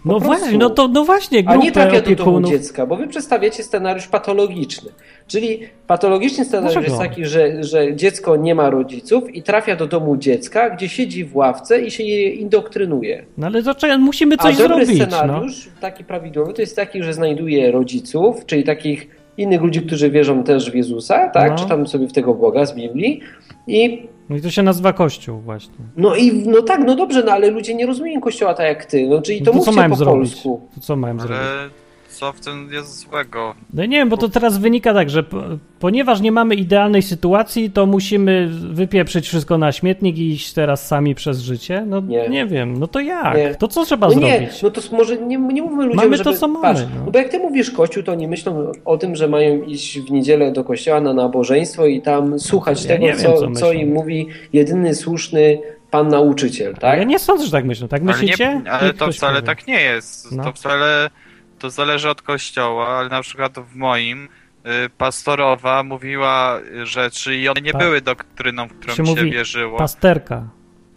No
prostu.
właśnie, no to no właśnie,
a
grupę
nie trafia do domu
opiekunów.
dziecka, bo wy przedstawiacie scenariusz patologiczny. Czyli patologiczny scenariusz
Dlaczego?
jest taki, że, że dziecko nie ma rodziców i trafia do domu dziecka, gdzie siedzi w ławce i się je indoktrynuje.
No ale zaczę, musimy coś
a dobry
zrobić. No.
scenariusz, taki prawidłowy, to jest taki, że znajduje rodziców, czyli takich innych ludzi, którzy wierzą też w Jezusa, tak?
No.
Czy tam sobie w tego Boga z Biblii. I
no i to się nazywa Kościół właśnie.
no i no tak, no dobrze, no ale ludzie nie rozumieją kościoła tak jak ty, no czyli
No
to,
to co
mówcie
mają
po
zrobić?
polsku.
To co mają zrobić?
Ale co w tym jest złego?
No nie wiem, bo to teraz wynika tak, że po, ponieważ nie mamy idealnej sytuacji, to musimy wypieprzyć wszystko na śmietnik i iść teraz sami przez życie? No nie,
Nie.
wiem, no to jak?
Nie.
To co trzeba
no
zrobić?
nie, no to s- może nie, nie mówmy ludziom,
Mamy to,
żeby...
co mamy,
Patrz,
no.
no. bo jak ty mówisz kościół, to nie myślą o tym, że mają iść w niedzielę do kościoła na nabożeństwo i tam słuchać
No Ja
tego,
nie wiem,
co,
co myślą.
co im mówi jedyny słuszny pan nauczyciel, tak?
Ja nie sądzę, że tak myślą. Tak myślicie?
Ale, nie, ale
Niech
to
ktoś
wcale
powie.
tak nie jest.
No.
To wcale to zależy od kościoła, ale na przykład w moim y, pastorowa mówiła rzeczy i one nie
Pa-
były doktryną, w którą
się
się,
mówi
wierzyło.
Pasterka.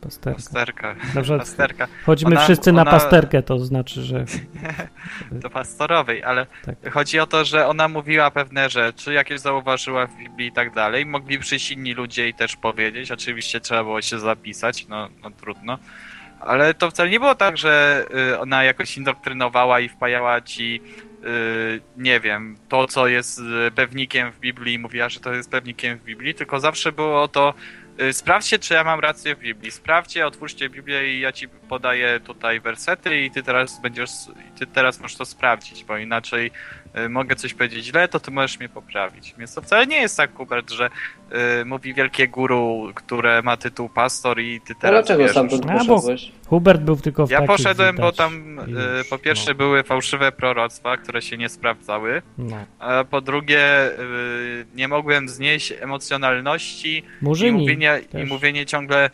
Pasterka.
Pasterka.
Na przykład
Pasterka.
Chodźmy
Ona-
wszyscy na
ona-
pasterkę, to znaczy, że
do pastorowej, ale
Tak.
chodzi o to, że ona mówiła pewne rzeczy, jakie zauważyła w Biblii i tak dalej. Mogli przyjść inni ludzie i też powiedzieć. Oczywiście trzeba było się zapisać, no, no trudno. Ale to wcale nie było tak, że y, ona jakoś indoktrynowała i wpajała ci, y, nie wiem, to, co jest y, pewnikiem w Biblii, mówiła, że to jest pewnikiem w Biblii, tylko zawsze było to. y, Sprawdźcie, czy ja mam rację w Biblii. Sprawdźcie, otwórzcie Biblię i ja ci podaję tutaj wersety i ty teraz będziesz, i ty teraz możesz to sprawdzić, bo inaczej y, mogę coś powiedzieć źle, to ty możesz mnie poprawić. Więc to wcale nie jest tak, Hubert, że y, mówi wielkie guru, które ma tytuł pastor i ty
A
teraz
dlaczego
wierzysz.
stamtąd
A, bo-
poszedłeś?
Hubert był tylko w
Ja
takich
poszedłem, bo
widać No.
tam e,
już,
po pierwsze były fałszywe proroctwa, które się nie sprawdzały,
No, no.
a po drugie e, nie mogłem znieść emocjonalności i
Murzyni.
mówienie, i
też.
mówienie ciągle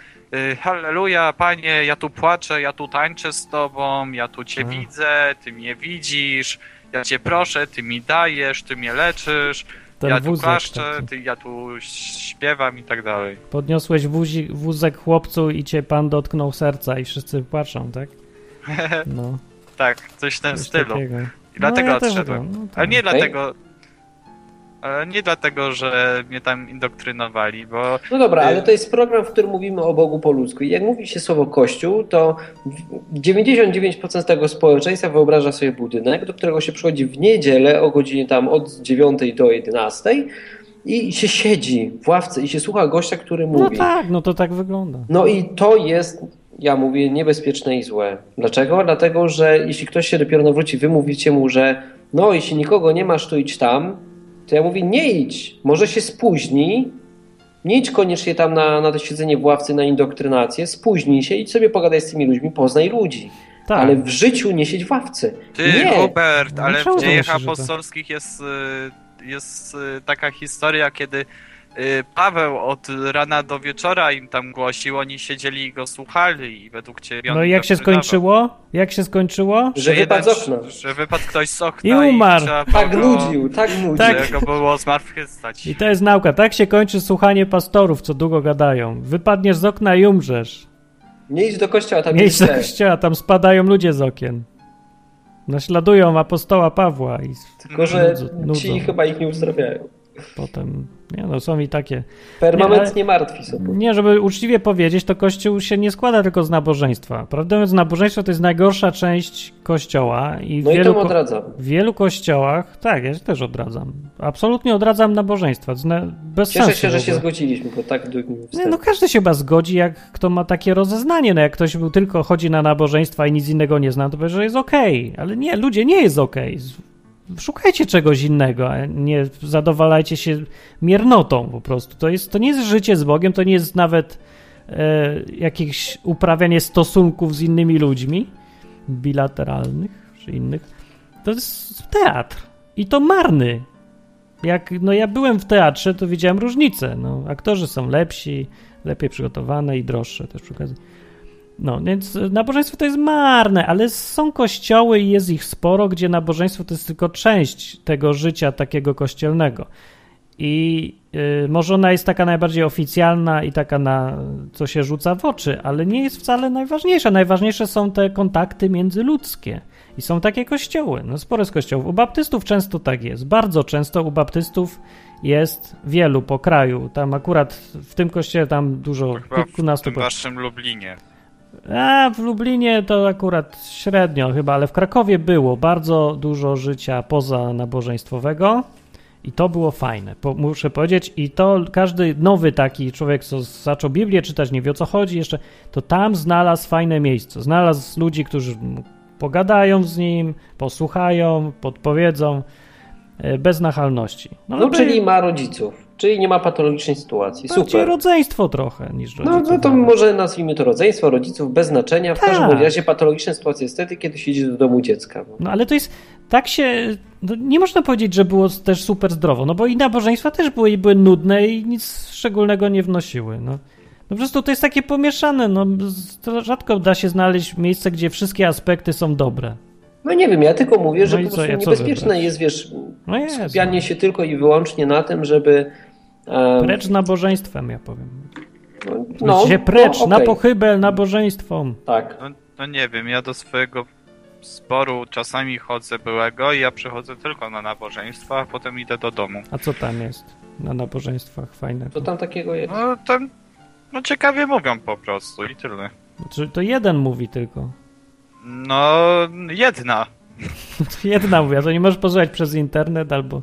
e, Halleluja, panie, ja tu płaczę, ja tu tańczę z tobą, ja tu cię
A.
widzę, ty mnie widzisz, ja cię proszę, ty mi dajesz, ty mnie leczysz,
Ten
ja tu
wózek
klaszczę,
taki.
ty, ja tu śpiewam i tak dalej.
Podniosłeś wuzi, wózek chłopcu i cię pan dotknął serca i wszyscy płaczą, tak? No,
Tak, coś w tym
coś
stylu.
takiego.
I dlatego
no, ja też
odszedłem.
byłem, no tak.
Ale nie
Okej.
dlatego. Ale nie dlatego, że mnie tam indoktrynowali, bo
No dobra,
Y-
ale to jest program, w którym mówimy o Bogu po ludzku. I jak mówi się słowo kościół, to w- 99% tego społeczeństwa wyobraża sobie budynek, do którego się przychodzi w niedzielę o godzinie tam od 9 do 11 i się siedzi w ławce i się słucha gościa, który
No
mówi.
tak, no to tak wygląda.
No i to jest, ja mówię, niebezpieczne i złe. Dlaczego? Dlatego, że jeśli ktoś się dopiero nawróci, wy mówicie mu, że no, jeśli nikogo nie masz, to idź tam, to ja mówię, nie idź, może się spóźni, nie idź koniecznie tam na, na to siedzenie w ławce, na indoktrynację, spóźnij się, idź sobie pogadaj z tymi ludźmi, poznaj ludzi,
Tak,
ale w życiu nie siedź w ławce.
ty,
nie,
Hubert,
No
ale
czemu
w
to
dziejach
myślisz, że to-
apostolskich jest, y, jest y, taka historia, kiedy y, Paweł od rana do wieczora im tam głosił, oni siedzieli i go słuchali i według ciebie. on
no i jak się
indoktrynował.
skończyło? Jak się skończyło?
że
jeden-
wypadł z okna.
Że wypadł ktoś z okna
I umarł.
trzeba
Tak
było go-
nudził, tak nudził.
Tak.
Że go było zmartwychwstać.
I to jest nauka. Tak się kończy słuchanie pastorów, co długo gadają. Wypadniesz z okna i umrzesz.
Nie idź do kościoła, tam
Nie idź
jest
do
źle.
kościoła, tam spadają ludzie z okien. Naśladują apostoła Pawła i s-
Tylko, że
Nudzą,
ci
nudzą.
chyba ich nie uzdrawiają.
potem... Nie no, są i takie.
Permanentnie martwi są.
Nie, żeby uczciwie powiedzieć, to Kościół się nie składa tylko z nabożeństwa. Prawdę mówiąc, nabożeństwo to jest najgorsza część Kościoła i
No i
wielu
to
ko-
odradzam.
W wielu kościołach, tak, ja się też odradzam. Absolutnie odradzam nabożeństwa. to zna- Bez
Cieszę
sensu.
się,
w
że
ogóle.
się zgodziliśmy, bo tak długim
Nie, no każdy się chyba zgodzi, jak kto ma takie rozeznanie. No jak ktoś był, tylko chodzi na nabożeństwa i nic innego nie zna, to powie, że jest okej. Ale nie, ludzie, nie jest okej. Z- Szukajcie czegoś innego, a nie zadowalajcie się miernotą po prostu. To, jest, to nie jest życie z Bogiem, to nie jest nawet e, jakieś uprawianie stosunków z innymi ludźmi bilateralnych czy innych. To jest teatr. I to marny. Jak, no ja byłem w teatrze, to widziałem różnice. No, aktorzy są lepsi, lepiej przygotowane i droższe też przy okazji. No, więc nabożeństwo to jest marne, ale są kościoły i jest ich sporo, gdzie nabożeństwo to jest tylko część tego życia takiego kościelnego. I y, może ona jest taka najbardziej oficjalna i taka, na co się rzuca w oczy, ale nie jest wcale najważniejsza. Najważniejsze są te kontakty międzyludzkie. I są takie kościoły, no sporo jest kościołów. U baptystów często tak jest. Bardzo często u baptystów jest wielu po kraju. Tam akurat w tym kościele tam dużo,
Chyba w
kilkunastu
tym
po...
waszym Lublinie.
A, w Lublinie to akurat średnio chyba, ale w Krakowie było bardzo dużo życia poza nabożeństwowego i to było fajne, po, muszę powiedzieć. I to każdy nowy taki człowiek, co zaczął Biblię czytać, nie wie o co chodzi jeszcze, to tam znalazł fajne miejsce. Znalazł ludzi, którzy mu pogadają z nim, posłuchają, podpowiedzą, e, bez nachalności.
No,
lepiej-
czyli ma rodziców, czyli nie ma patologicznej sytuacji.
bardziej
Super.
rodzeństwo trochę niż
No,
rodziców.
no to może nazwijmy to rodzeństwo, rodziców bez znaczenia. W każdym
Tak.
razie patologiczna sytuacja jest wtedy, kiedy siedzi do domu dziecka. No.
No ale to jest tak się. No, nie można powiedzieć, że było też super zdrowo, no bo i nabożeństwa też były, i były nudne i nic szczególnego nie wnosiły. No. no po prostu to jest takie pomieszane. No, z- to rzadko da się znaleźć miejsce, gdzie wszystkie aspekty są dobre.
no nie wiem, ja tylko mówię, że
No i
po
co,
prostu
ja co
niebezpieczne
wybrać?
jest, wiesz,
No jest.
skupianie się tylko i wyłącznie na tym, żeby. em,
Precz nabożeństwem, ja powiem.
no,
No, się precz,
no,
na
okej,
pochybel, nabożeństwom.
Tak.
No, no nie wiem, ja do swojego sporu czasami chodzę byłego i ja przychodzę tylko na nabożeństwa, a potem idę do domu.
A co tam jest na nabożeństwach fajnego?
Co tam takiego jest?
No tam, no ciekawie mówią po prostu i tyle.
Znaczy, to jeden mówi tylko.
No, jedna.
Jedna mówię, to nie możesz posłuchać przez internet albo.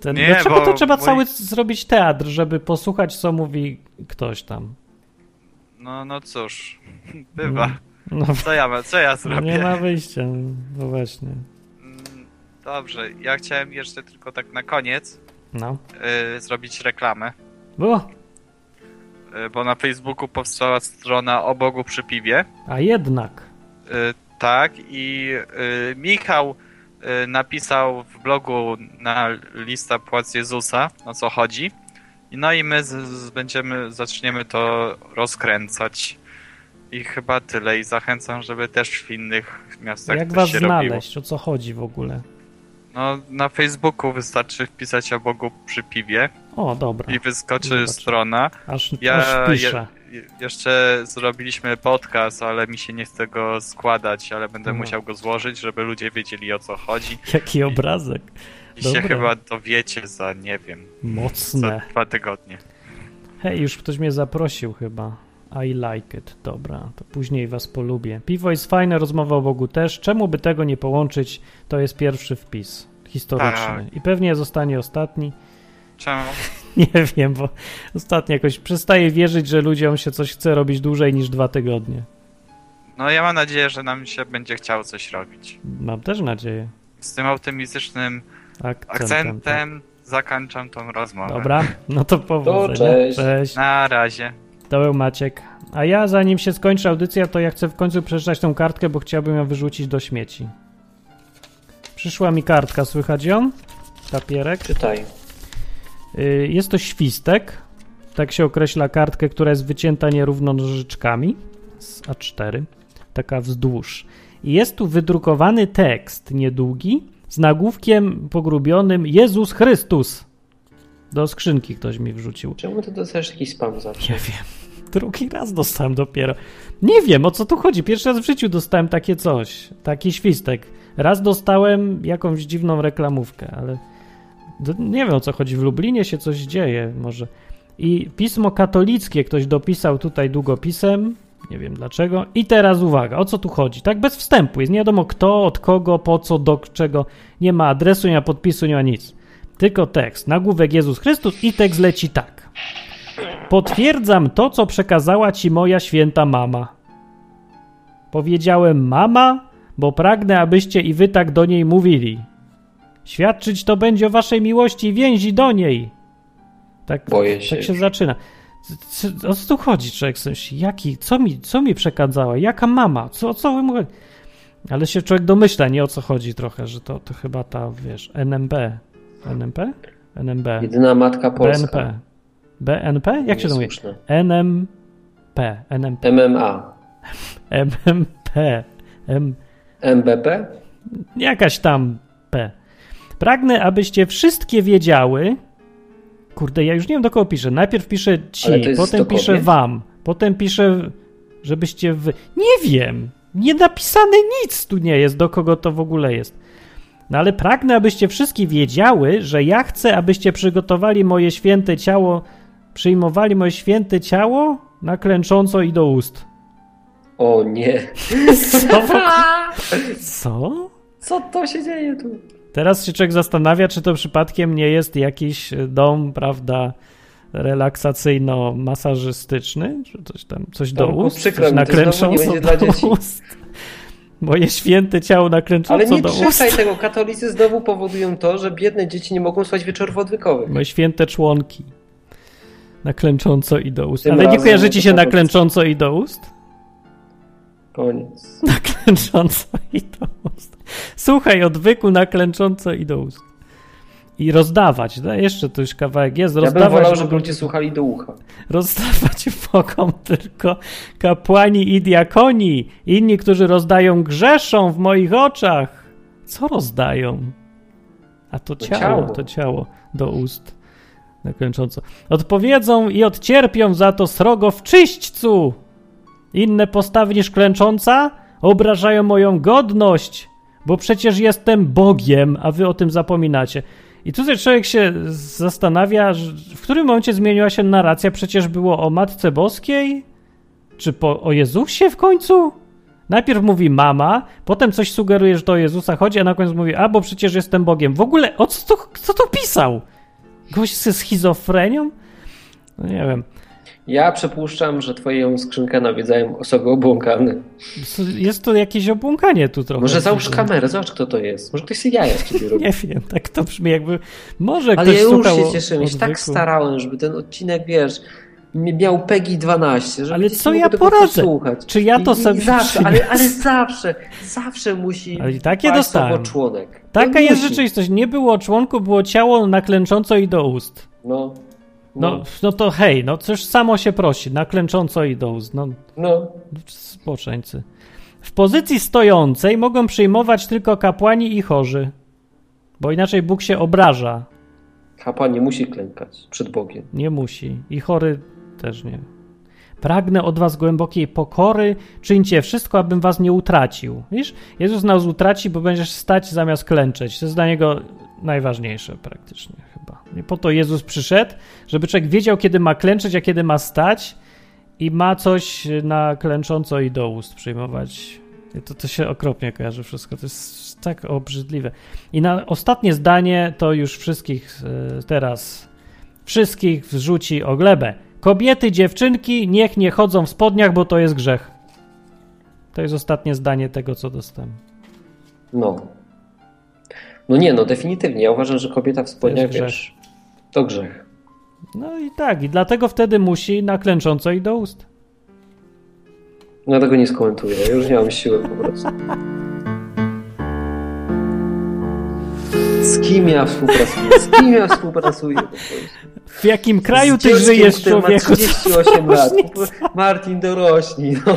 Ten...
Nie,
Dlaczego
bo-
to trzeba
bo-
cały zrobić teatr, żeby posłuchać, co mówi ktoś tam?
No, no cóż, bywa.
No,
Co ja, ma- co ja
nie ma
zrobię?
wyjścia, no właśnie.
Mm, Dobrze, ja chciałem jeszcze tylko tak na koniec
No.
y, zrobić reklamę,
Było.
y, bo na Facebooku powstała strona o Bogu przy piwie.
A jednak.
Y, tak, i y, Michał y, napisał w blogu na lista płac Jezusa, o co chodzi. No i my z, z będziemy, zaczniemy to rozkręcać. I chyba tyle. I zachęcam, żeby też w innych miastach
Jak
Tak to
was
się robiło.
znaleźć? O co chodzi w ogóle?
No, na Facebooku wystarczy wpisać o Bogu przy piwie
O, dobra.
i wyskoczy
Zobaczę.
strona.
Aż,
Ja
aż piszę.
je, je- jeszcze zrobiliśmy podcast, ale mi się nie chce go składać, ale będę
Mhm.
musiał go złożyć, żeby ludzie wiedzieli o co chodzi.
Jaki obrazek.
I
Dobra.
się chyba dowiecie za, nie wiem, za
Mocne.
dwa tygodnie.
Hej, już ktoś mnie zaprosił chyba. I like it. Dobra, to później was polubię. Piwo jest fajne, rozmowa o Bogu też. Czemu by tego nie połączyć? To jest pierwszy wpis historyczny.
Tak.
I pewnie zostanie ostatni.
Czemu?
Nie wiem, bo ostatnio jakoś przestaję wierzyć, że ludziom się coś chce robić dłużej niż dwa tygodnie.
No ja mam nadzieję, że nam się będzie chciało coś robić.
Mam też nadzieję.
Z tym optymistycznym
Akcentem. tak.
akcentem zakończam tą rozmowę.
Dobra, no to powodzenia.
cześć.
cześć.
Na razie.
To był Maciek. A ja, zanim się skończy audycja, to ja chcę w końcu przeczytać tą kartkę, bo chciałbym ją wyrzucić do śmieci. Przyszła mi kartka, słychać ją? Papierek.
Czytaj.
Y, Jest to świstek. Tak się określa kartkę, która jest wycięta nierówno nożyczkami z A4. Taka wzdłuż. I jest tu wydrukowany tekst niedługi z nagłówkiem pogrubionym Jezus Chrystus. Do skrzynki ktoś mi wrzucił.
Czemu ty dostajesz taki spam zawsze?
Nie wiem. Drugi raz dostałem dopiero. Nie wiem, o co tu chodzi. Pierwszy raz w życiu dostałem takie coś. Taki świstek. Raz dostałem jakąś dziwną reklamówkę, ale d- nie wiem o co chodzi. W Lublinie się coś dzieje może. I pismo katolickie ktoś dopisał tutaj długopisem. Nie wiem dlaczego. I teraz uwaga, o co tu chodzi? Tak bez wstępu. Jest nie wiadomo kto, od kogo, po co, do czego. Nie ma adresu, nie ma podpisu, nie ma nic. Tylko tekst. Nagłówek Jezus Chrystus i tekst leci tak. Potwierdzam to, co przekazała ci moja święta mama. Powiedziałem mama, bo pragnę, abyście i wy tak do niej mówili. Świadczyć to będzie o waszej miłości i więzi do niej. Tak,
Boję się.
tak się zaczyna. C- c- O co tu chodzi, człowiek? W sensie, Jaki, co, mi, co mi przekazała? Jaka mama? Co, o co wy mówicie? Ale się człowiek domyśla, nie o co chodzi trochę, że to, to chyba ta, wiesz, NMB. NMB? NMB.
Jedyna matka polska.
BNP. BNP? Jak się to mówi?
Niesłuszne.
NMP. NMP.
MMA.
MMP. M,
MBP?
jakaś tam P. Pragnę, abyście wszystkie wiedziały. Kurde, ja już nie wiem do kogo piszę. Najpierw piszę ci,
Ale to jest
potem
do
piszę
kobiet?
wam, potem piszę, żebyście wy. Nie wiem! Nie napisane nic tu nie jest, do kogo to w ogóle jest. No ale pragnę, abyście wszystkie wiedziały, że ja chcę, abyście przygotowali moje święte ciało, przyjmowali moje święte ciało na klęcząco i do ust.
O nie.
Co? w ogóle? Co?
Co to się dzieje tu?
Teraz się człowiek zastanawia, czy to przypadkiem nie jest jakiś e, dom, prawda, relaksacyjno-masażystyczny, czy coś tam, coś do
Tomku,
ust,
przykro
coś
mi, to znowu nie
nakręcząco
będzie dla
do
dzieci.
ust. Moje święte ciało
Ale
nakręcząco
nie
do ust.
krzyczaj tego. Katolicy znowu powodują to, że biedne dzieci nie mogą słuchać wieczorów odwykowych.
Moje święte członki nakręcząco i do ust.
Tym
Ale nie
razem
kojarzy ci
to
się
powiedz.
nakręcząco i do ust?
Koniec.
Naklęcząco i do ust. Słuchaj, odwyku naklęcząco i do ust. I rozdawać, no, jeszcze tu już kawałek jest,
Ja
rozdawać.
bym wolał, żeby
ludziom.
ludzie słuchali do ucha.
rozdawać Bogom tylko kapłani i diakoni, inni, którzy rozdają grzeszą w moich oczach. Co rozdają? A to
To
ciało,
ciało.
to ciało do ust. Nakończąco. Odpowiedzą i odcierpią za to srogo w czyśćcu. Inne postawy niż klęcząca obrażają moją godność, bo przecież jestem Bogiem, a wy o tym zapominacie. I tutaj człowiek się zastanawia, że w którym momencie zmieniła się narracja? Przecież było o Matce Boskiej? Czy po, o Jezusie w końcu? Najpierw mówi mama, potem coś sugeruje, że to o Jezusa chodzi, a na koniec mówi, a bo przecież jestem Bogiem. W ogóle o co to, kto to pisał? Gość ze schizofrenią? No nie wiem.
Ja przypuszczam, że twoją skrzynkę nawiedzają osoby obłąkane.
Jest to jakieś obłąkanie tu trochę.
Może załóż kamerę, zobacz kto to jest. Może ktoś sobie jaja z ciebie robi.
Nie wiem, tak to brzmi jakby... Może
Ale
ktoś
ja już
słuchał
się cieszyłem, ja się tak
Tak, odwyku.
starałem, żeby ten odcinek, wiesz, m- miał PEGI 12, żeby
Ale
dzieci
co
mogły
ja
tego
poradzę?
posłuchać.
Czy ja to
I- i
sobie
zawsze,
przyniosę?
ale, ale zawsze, zawsze musi
Ale i takie
paść
dostałem.
słowo członek. No
Taka jest
musi.
rzeczywistość. Nie było członku, było ciało naklęcząco i do ust.
No,
No,
no,
no to hej, no cóż samo się prosi, naklęcząco i do ust. No,
no.
spoczeńcy. W pozycji stojącej mogą przyjmować tylko kapłani i chorzy, bo inaczej Bóg się obraża.
Kapłan nie musi klękać przed Bogiem.
Nie musi. I chory też nie. Pragnę od was głębokiej pokory, czyńcie wszystko, abym was nie utracił. Widzisz, Jezus nas utraci, bo będziesz stać zamiast klęczeć. To jest dla niego najważniejsze praktycznie chyba. I po to Jezus przyszedł, żeby człowiek wiedział, kiedy ma klęczeć, a kiedy ma stać i ma coś na klęcząco i do ust przyjmować. I To, to się okropnie kojarzy wszystko, to jest tak obrzydliwe. I na ostatnie zdanie to już wszystkich e, teraz wszystkich wrzuci o glebę. Kobiety, dziewczynki, niech nie chodzą w spodniach, bo to jest grzech. To jest ostatnie zdanie tego, co dostałem.
No. No nie, no definitywnie. Ja uważam, że kobieta w
To jest
spodniach,
grzech.
wiesz, to grzech.
No i tak, i dlatego wtedy musi na klęcząco i do ust.
No tego nie skomentuję, już nie mam siły po prostu. Z kim ja współpracuję? Z kim ja współpracuję? po prostu?
W jakim kraju
Z
ty
dzieckiem,
żyjesz,
które
człowieku?
Ma 38 lat.
różnica?
Martin dorośli. No,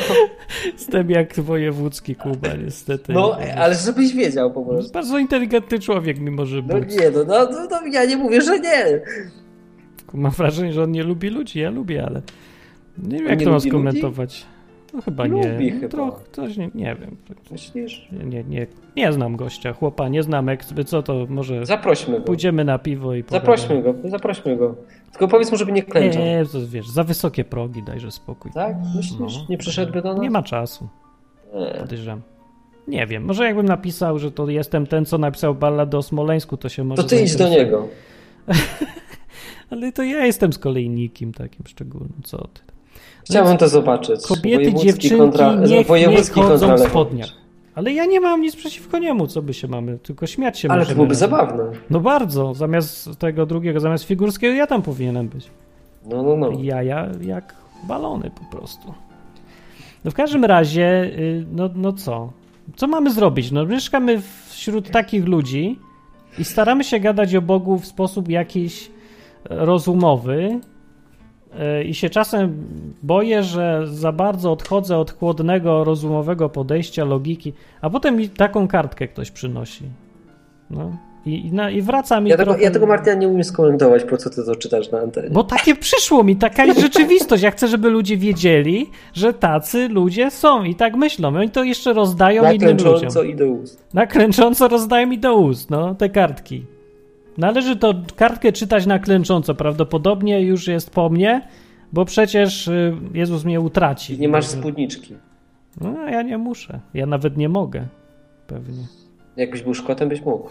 Jestem jak wojewódzki Kuba, niestety.
no ale żebyś wiedział po
To jest
prostu.
bardzo inteligentny człowiek, mimo że
No
był.
nie, no, no, no, no ja nie mówię, że nie.
Mam wrażenie, że on nie lubi ludzi. Ja lubię, ale nie wiem,
On
jak
nie
to mam
lubi ludzi?
skomentować. No chyba
Lubi
nie.
chyba.
Trochę, coś nie, nie wiem.
Myślisz?
Nie, nie, nie, nie znam gościa, chłopa, nie znam, jak zbyt co to może
Zaprośmy go.
pójdziemy na piwo i pogadamy.
Zaprośmy go, zaprośmy go. Tylko powiedz mu, żeby nie
Nie,
klęczał.
nie, to wiesz, za wysokie progi, dajże spokój.
Tak? Myślisz?
No.
Nie przyszedłby do nas?
Nie ma czasu,
Nie.
podejrzewam. Nie wiem, może jakbym napisał, że to jestem ten, co napisał balladę o Smoleńsku, to się może...
To ty idź do
zainteresuje.
niego.
Ale to ja jestem z kolei nikim takim szczególnym, co ty.
Chciałbym to zobaczyć.
Kobiety,
Wojewódzki
dziewczynki,
kontra- no,
niech nie
wojewódzki kontra
chodzą w
Lechowicz.
spodniach. Ale ja nie mam nic przeciwko niemu, co by się mamy, tylko śmiać się
Ale to
możemy
byłoby
razem.
zabawne.
No bardzo, zamiast tego drugiego, zamiast figurskiego ja tam powinienem być.
No, no, no.
jaja jak balony po prostu. No w każdym razie, y, no, no co? Co mamy zrobić? No mieszkamy wśród takich ludzi i staramy się gadać o Bogu w sposób jakiś e, rozumowy, Yy, I się czasem boję, że za bardzo odchodzę od chłodnego, rozumowego podejścia, logiki, a potem mi taką kartkę ktoś przynosi. No. I, i, na, i wraca mi
Ja tego,
trochę...
ja tego Martina nie umiem skomentować, po co ty to czytasz na antenie.
Bo takie przyszło mi, taka jest rzeczywistość. Ja chcę, żeby ludzie wiedzieli, że tacy ludzie są i tak myślą. I oni to jeszcze rozdają innym ludziom.
Naklęcząco i do ust.
Naklęcząco rozdają mi do ust, no, te kartki. Należy to kartkę czytać naklęcząco. Prawdopodobnie już jest po mnie, bo przecież y, Jezus mnie utraci.
I nie masz
Także-
spódniczki.
No, ja nie muszę. Ja nawet nie mogę. Pewnie.
Jakbyś był Szkotem, byś mógł.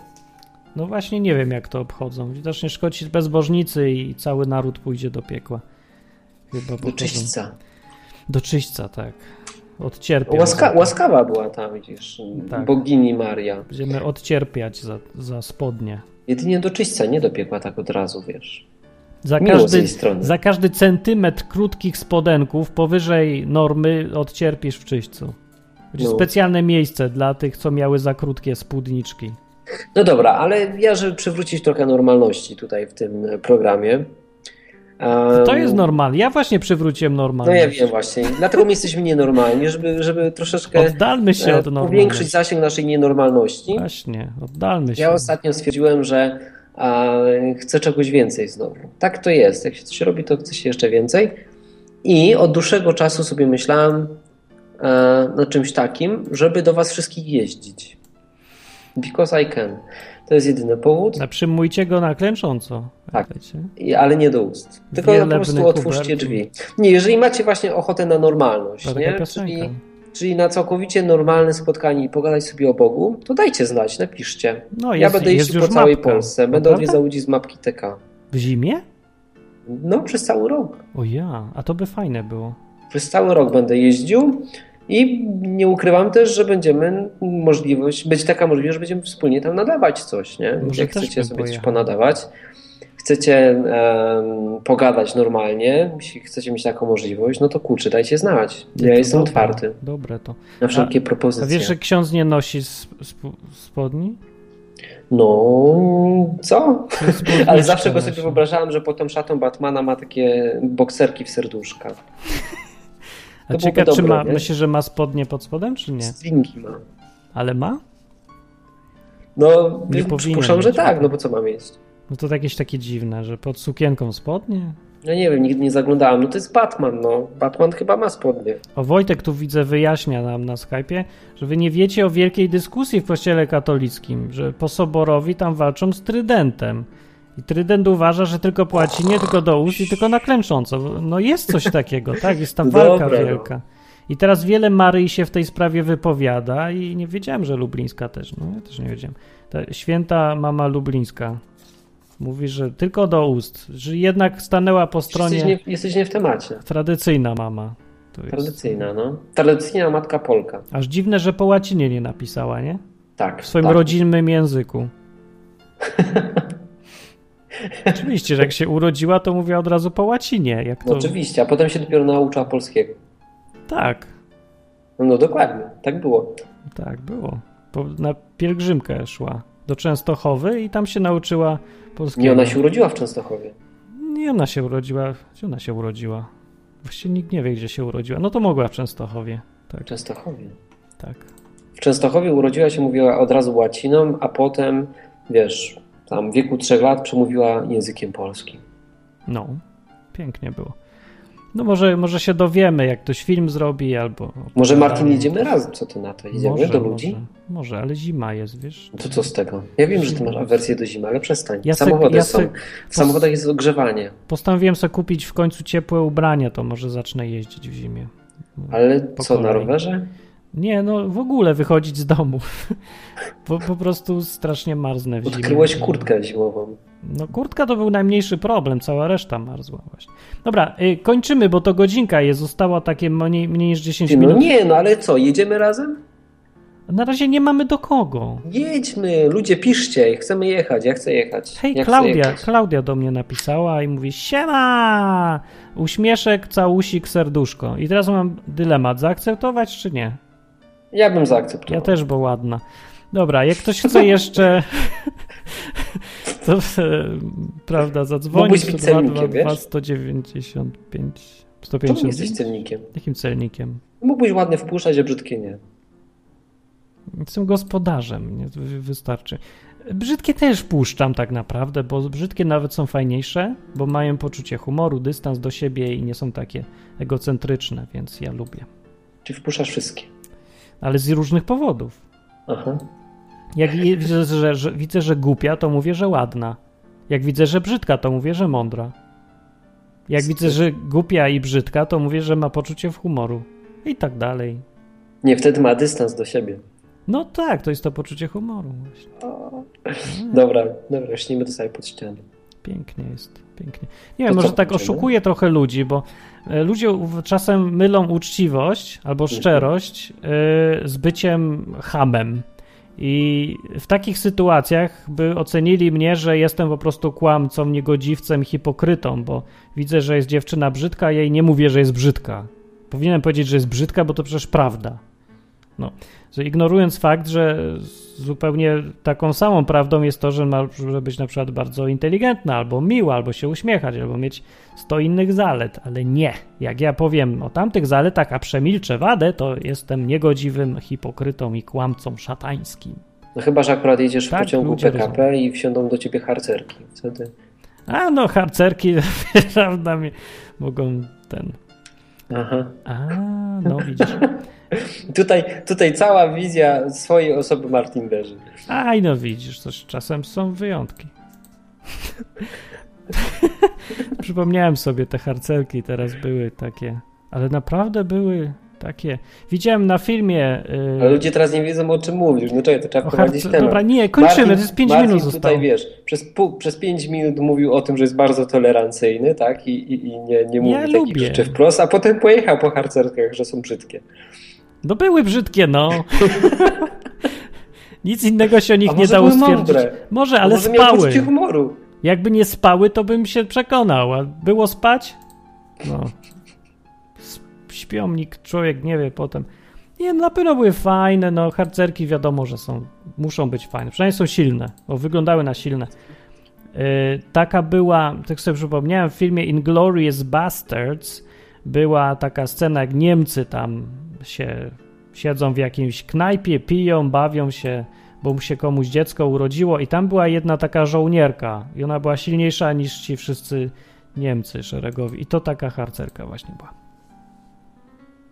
No właśnie nie wiem, jak to obchodzą. Widocznie Szkoci bezbożnicy i cały naród pójdzie do piekła. Chyba
Do
pochodzą.
czyśćca.
Do czyśćca, tak. Odcierpią.
O, Łaska,
za to.
łaskawa była ta, widzisz,
Tak.
bogini Maria.
Będziemy odcierpiać za, za spodnie.
Jedynie do czyśćca, nie do piekła tak od razu, wiesz.
Za
Miło z
każdy,
jej strony.
za każdy centymetr krótkich spodenków powyżej normy odcierpisz w czyśćcu. Będzie
No.
specjalne miejsce dla tych, co miały za krótkie spódniczki.
No dobra, ale ja, żeby przywrócić trochę normalności tutaj w tym e, programie. em,
To jest normalne. Ja właśnie przywróciłem
No
normalność.
ja wiem właśnie, dlatego my jesteśmy nienormalni, żeby, żeby troszeczkę
Oddalmy się
e,
od normalności. Tak,
powiększyć zasięg naszej nienormalności.
Właśnie, oddalmy się.
Ja ostatnio stwierdziłem, że a, chcę czegoś więcej znowu. Tak to jest. Jak się coś robi, to chce się jeszcze więcej. I od dłuższego czasu sobie myślałem e, o czymś takim, żeby do Was wszystkich jeździć. Because I can. To jest jedyny powód,
Zatrzymujcie go na klęcząco.
Tak.
Pamiętajcie.
i- ale nie do ust. Tylko po
Wielebny
prostu otwórzcie
Hubert.
drzwi. Nie, jeżeli macie właśnie ochotę na normalność,
To
nie?
taka piosenka.
Czyli, czyli na całkowicie normalne spotkanie i pogadać sobie o Bogu, to dajcie znać, napiszcie.
No,
ja
jest,
będę
jest
jeździł po
już
całej
mapka.
Polsce. Będę
Prawda?
odwiedzał ludzi z mapki TK.
W zimie?
No, przez cały rok.
O ja, a to by fajne było.
Przez cały rok będę jeździł i nie ukrywam też, że będziemy możliwość, będzie taka możliwość, że będziemy wspólnie tam nadawać coś, nie?
Może
Jak
też
chcecie
bym
sobie coś
pojechał.
ponadawać, chcecie em, pogadać normalnie, jeśli chcecie mieć taką możliwość, no to kurczę, dajcie znać.
Nie,
Ja
to
jestem
dobre,
otwarty
Dobre to.
na wszelkie
A
propozycje.
wiesz, że ksiądz nie nosi sp- sp- spodni?
No, co? Ale
Spódniczki
zawsze go sobie
nosi.
wyobrażałem, że pod tą szatą Batmana ma takie bokserki w serduszka.
A
to
ciekaw, czy
byłoby dobre,
ma,
nie?
myślisz, że ma spodnie pod spodem, czy nie?
Stringi ma.
Ale ma?
No,
Nie powinien
przypuszczam, że
mieć.
tak, no bo co mam jeść?
No to jakieś takie dziwne, że pod sukienką spodnie?
Ja nie wiem, nigdy nie zaglądałem. No to jest Batman, no. Batman chyba ma spodnie.
O, Wojtek tu widzę wyjaśnia nam na Skype'ie, że wy nie wiecie o wielkiej dyskusji w kościele katolickim, że po soborowi tam walczą z trydentem. I trydent uważa, że tylko płaci nie tylko do ust i tylko na klęcząco. No jest coś takiego, tak? Jest tam walka
Dobra, no.
wielka. I teraz wiele Maryi się w tej sprawie wypowiada i nie wiedziałem, że Lublińska też. No ja też nie wiedziałem. Ta święta mama Lublińska mówi, że tylko do ust, że jednak stanęła po
Jesteś
stronie
nie, jesteś nie w temacie.
tradycyjna mama. To jest.
Tradycyjna, no. Tradycyjna matka Polka.
Aż dziwne, że po łacinie nie napisała, nie?
Tak.
W swoim
tak.
rodzinnym języku. Oczywiście, że jak się urodziła, to mówiła od razu po łacinie. Jak
No,
to...
oczywiście, a potem się dopiero nauczyła polskiego.
Tak,
No, no dokładnie, tak było.
tak, było. Po, na pielgrzymkę szła do Częstochowy i tam się nauczyła polskiego.
Nie, ona się urodziła w Częstochowie.
Nie, ona się urodziła. Gdzie ona się urodziła? Właściwie nikt nie wie, gdzie się urodziła. No to mogła w Częstochowie.
W
Tak,
Częstochowie.
tak.
W Częstochowie urodziła się, mówiła od razu łaciną, a potem, wiesz, tam w wieku trzech lat przemówiła językiem polskim.
No, pięknie było. No może, może się dowiemy, jak ktoś film zrobi, albo...
Może Martin jedziemy razem, co ty na to? Jedziemy do ludzi?
Tak. Może, może, ale zima jest, wiesz.
To co z tego? Ja wiem, że ty masz awersję do zimy, ale przestań.
Ja se-
Samochody
ja
są.
se-
W samochodach jest ogrzewanie,
Postanowiłem sobie kupić w końcu ciepłe ubranie, to może zacznę jeździć w zimie.
ale
Po
co na
kolei.
rowerze?
Nie, no w ogóle wychodzić z domu. Po, po prostu strasznie marznę w zimie.
Odkryłeś kurtkę zimową.
No kurtka to był najmniejszy problem, cała reszta marzła właśnie. Dobra, y, kończymy, bo to godzinka jest, została takie mniej, mniej niż 10
Ty, no
minut.
nie, no ale co, jedziemy razem?
Na razie nie mamy do kogo.
Jedźmy, ludzie piszcie, chcemy jechać, ja chcę jechać.
Hej,
ja chcę
Klaudia,
jechać.
Klaudia do mnie napisała i mówi siema, uśmieszek, całusik, serduszko. I teraz mam dylemat, zaakceptować czy nie?
Ja bym
Ja
zaakceptował.
też, bo ładna. Dobra, jak ktoś chce jeszcze, to e, prawda, zadzwonił
Mógłbyś być
102,
celnikiem,
22,
wiesz?
195,
Czemu jesteś
150.
celnikiem?
Jakim celnikiem?
Mógłbyś ładnie wpuszczać, a brzydkie nie.
Jestem gospodarzem, nie? To wy- wystarczy. Brzydkie też puszczam tak naprawdę, bo brzydkie nawet są fajniejsze, bo mają poczucie humoru, dystans do siebie i nie są takie egocentryczne, więc ja lubię.
Czyli wpuszczasz wszystkie.
Ale z różnych powodów.
Aha.
Jak je- widzę że, że, widzę, że głupia, to mówię, że ładna. Jak widzę, że brzydka, to mówię, że mądra. Jak widzę, że głupia i brzydka, to mówię, że ma poczucie w humoru. I tak dalej.
Nie, wtedy ma dystans do siebie.
No tak, to jest to poczucie humoru. Właśnie. Hmm.
Dobra, dobra, śnijmy to sobie pod ścianę.
Pięknie jest, pięknie. Nie wiem,
To
może
co,
tak
kończymy?
oszukuję trochę ludzi, bo e, ludzie u- czasem mylą uczciwość albo
Mhm.
szczerość y, z byciem hamem. I w takich sytuacjach by ocenili mnie, że jestem po prostu kłamcą, niegodziwcem, hipokrytą, bo widzę, że jest dziewczyna brzydka, a jej nie mówię, że jest brzydka. Powinienem powiedzieć, że jest brzydka, bo to przecież prawda. No, że ignorując fakt, że zupełnie taką samą prawdą jest to, że ma że być na przykład bardzo inteligentna, albo miła, albo się uśmiechać, albo mieć 100 innych zalet, ale nie. Jak ja powiem o tamtych zaletach, a przemilczę wadę, to jestem niegodziwym hipokrytą i kłamcą szatańskim.
No chyba, że akurat jedziesz w
Tak,
pociągu
ludzie
PKP i wsiądą do ciebie harcerki. Wtedy...
A no, harcerki, prawda, mi mogą ten...
Aha.
A, no widzisz.
Tutaj, tutaj cała wizja swojej osoby Martin leży.
Aj, no widzisz, coś czasem są wyjątki. Przypomniałem sobie, te harcerki teraz były takie, ale naprawdę były takie. Widziałem na filmie. Yy,
Ale ludzie teraz nie wiedzą o czym mówisz. No czekaj, to trzeba
o
wprowadzić
harcer-
temat.
Dobra, nie, kończymy,
Martin-
to jest 5
Martin
minut
tutaj
zostało.
wiesz, przez, pół, przez 5 minut mówił o tym, że jest bardzo tolerancyjny, tak? I, i, i nie, nie mówi
Ja
takich
lubię.
rzeczy wprost, a potem pojechał po harcerkach, że są brzydkie.
No były brzydkie, no. Nic innego się o nich
A
nie
może
dało
były
stwierdzić.
mądre?
Może,
A
ale
może miał
spały.
poczucie humoru.
Jakby nie spały, to bym się przekonał. A było spać? No. S- Śpiomnik, człowiek nie wie potem. Nie, no na pewno były fajne, no harcerki wiadomo, że są, muszą być fajne. Przynajmniej są silne, bo wyglądały na silne. Yy, taka była, tak sobie przypomniałem, w filmie Inglorious Bastards była taka scena, jak Niemcy tam się siedzą w jakimś knajpie, piją, bawią się, bo mu się komuś dziecko urodziło i tam była jedna taka żołnierka i ona była silniejsza niż ci wszyscy Niemcy szeregowi i to taka harcerka właśnie była.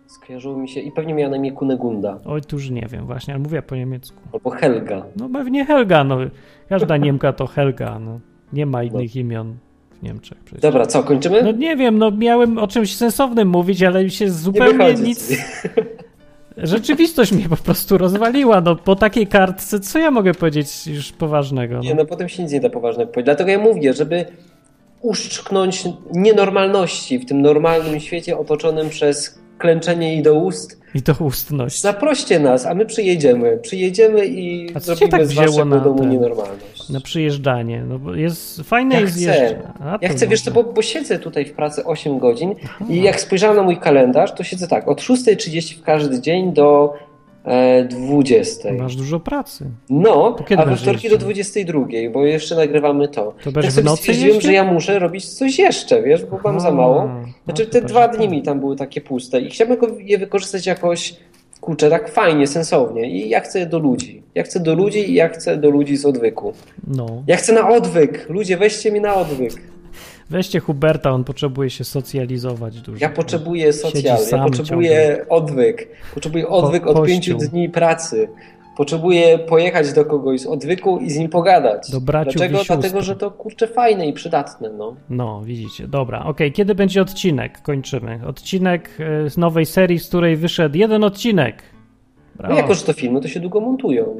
Skojarzyło mi się i pewnie miała na imię Kunegunda
Oj, tu już nie wiem właśnie, ale mówię po niemiecku.
albo Helga.
No pewnie Helga, no każda Niemka to Helga, no. Nie ma innych imion w Niemczech przecież.
Dobra, co, kończymy?
No nie wiem, no miałem o czymś sensownym mówić, ale mi się zupełnie
wychodzi
nic...
sobie.
Rzeczywistość mnie po prostu rozwaliła, no po takiej kartce co ja mogę powiedzieć już poważnego?
Nie,
No?
no potem się nic nie da poważnie powiedzieć. Dlatego ja mówię, żeby uszczknąć nienormalności w tym normalnym świecie otoczonym przez klęczenie i do ust,
I to ustność.
zaproście nas, a my przyjedziemy. Przyjedziemy i
A co cię
zrobimy
tak
z
wzięło
waszego
na
domu
ten-
nienormalność.
Na przyjeżdżanie, no bo jest fajne
Ja
jest
chcę.
jeżdżenie. A,
Ja
to
chcę, wiesz co,
dobrze.
bo, bo siedzę tutaj w pracy 8 godzin i jak spojrzałem na mój kalendarz, to siedzę tak, od 6.30 w każdy dzień do e, 20.
Masz dużo pracy.
No,
To kiedy
a we
będziesz
wtorki do
jeździł?
22, bo jeszcze nagrywamy to.
To będziesz
ja
w
sobie
nocy
stwierdziłem,
jeździł?
że ja muszę robić coś jeszcze, wiesz, bo mam za
A,
mało.
a
Znaczy
No to
te
też
dwa
tak.
dni mi tam były takie puste i chciałbym go- je wykorzystać jakoś, kurczę, tak fajnie, sensownie. I ja chcę do ludzi. Ja chcę do ludzi i ja chcę do ludzi z odwyku.
No.
Ja chcę na odwyk! Ludzie, weźcie mnie na odwyk.
Weźcie Huberta, on potrzebuje się socjalizować dużo.
Ja potrzebuję socjalu, ja
sam
potrzebuję odwyk. Potrzebuję odwyk
Po-
od
pościół.
pięciu dni pracy. Potrzebuję pojechać do kogoś z odwyku i z nim pogadać.
Do braciów i
Dlaczego?
sióstr.
Dlatego, że to kurczę fajne i przydatne. No.
No, widzicie. Dobra, okej, kiedy będzie odcinek? Kończymy. Odcinek e, z nowej serii, z której wyszedł jeden odcinek. Brawo.
no jako, że to filmy, to się długo montują.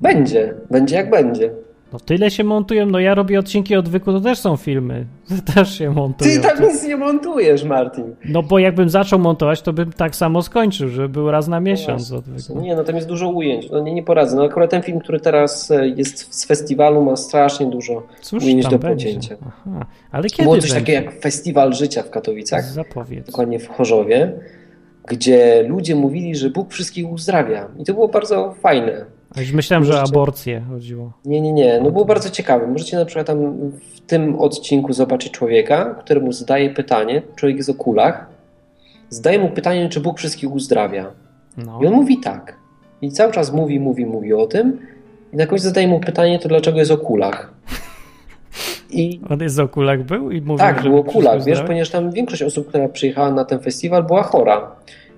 Będzie, będzie jak będzie.
No tyle się montują, no ja robię odcinki odwyku, to też są filmy. Też się montują.
Ty tak nic nie montujesz, Martin.
No bo jakbym zaczął montować, to bym tak samo skończył, żeby był raz na miesiąc
właśnie,
odwyku.
Nie, no tam jest dużo ujęć. No nie, nie poradzę. No akurat ten film, który teraz e, jest z festiwalu, ma strasznie dużo.
Cóż
Ujęć
tam
do
będzie?
pocięcia.
Aha. Ale kiedy
Było coś
będzie?
takiego jak Festiwal Życia w Katowicach.
Zapowiedz.
dokładnie w Chorzowie, gdzie ludzie mówili, że Bóg wszystkich uzdrawia. I to było bardzo fajne.
A już myślałem, że o
Możecie-
aborcję chodziło.
Nie, nie, nie. No było bardzo ciekawe. Możecie na przykład tam w tym odcinku zobaczyć człowieka, któremu zadaje pytanie, człowiek jest o kulach, zadaje mu pytanie, czy Bóg wszystkich uzdrawia.
No.
I on mówi tak. I cały czas mówi, mówi, mówi o tym. I na końcu zadaje mu pytanie, to dlaczego jest o kulach. I
On jest o kulach był i mówił,
tak,
że
było kulach,
wszystko
wiesz,
zdrowe?
ponieważ tam większość osób, która przyjechała na ten festiwal, była chora.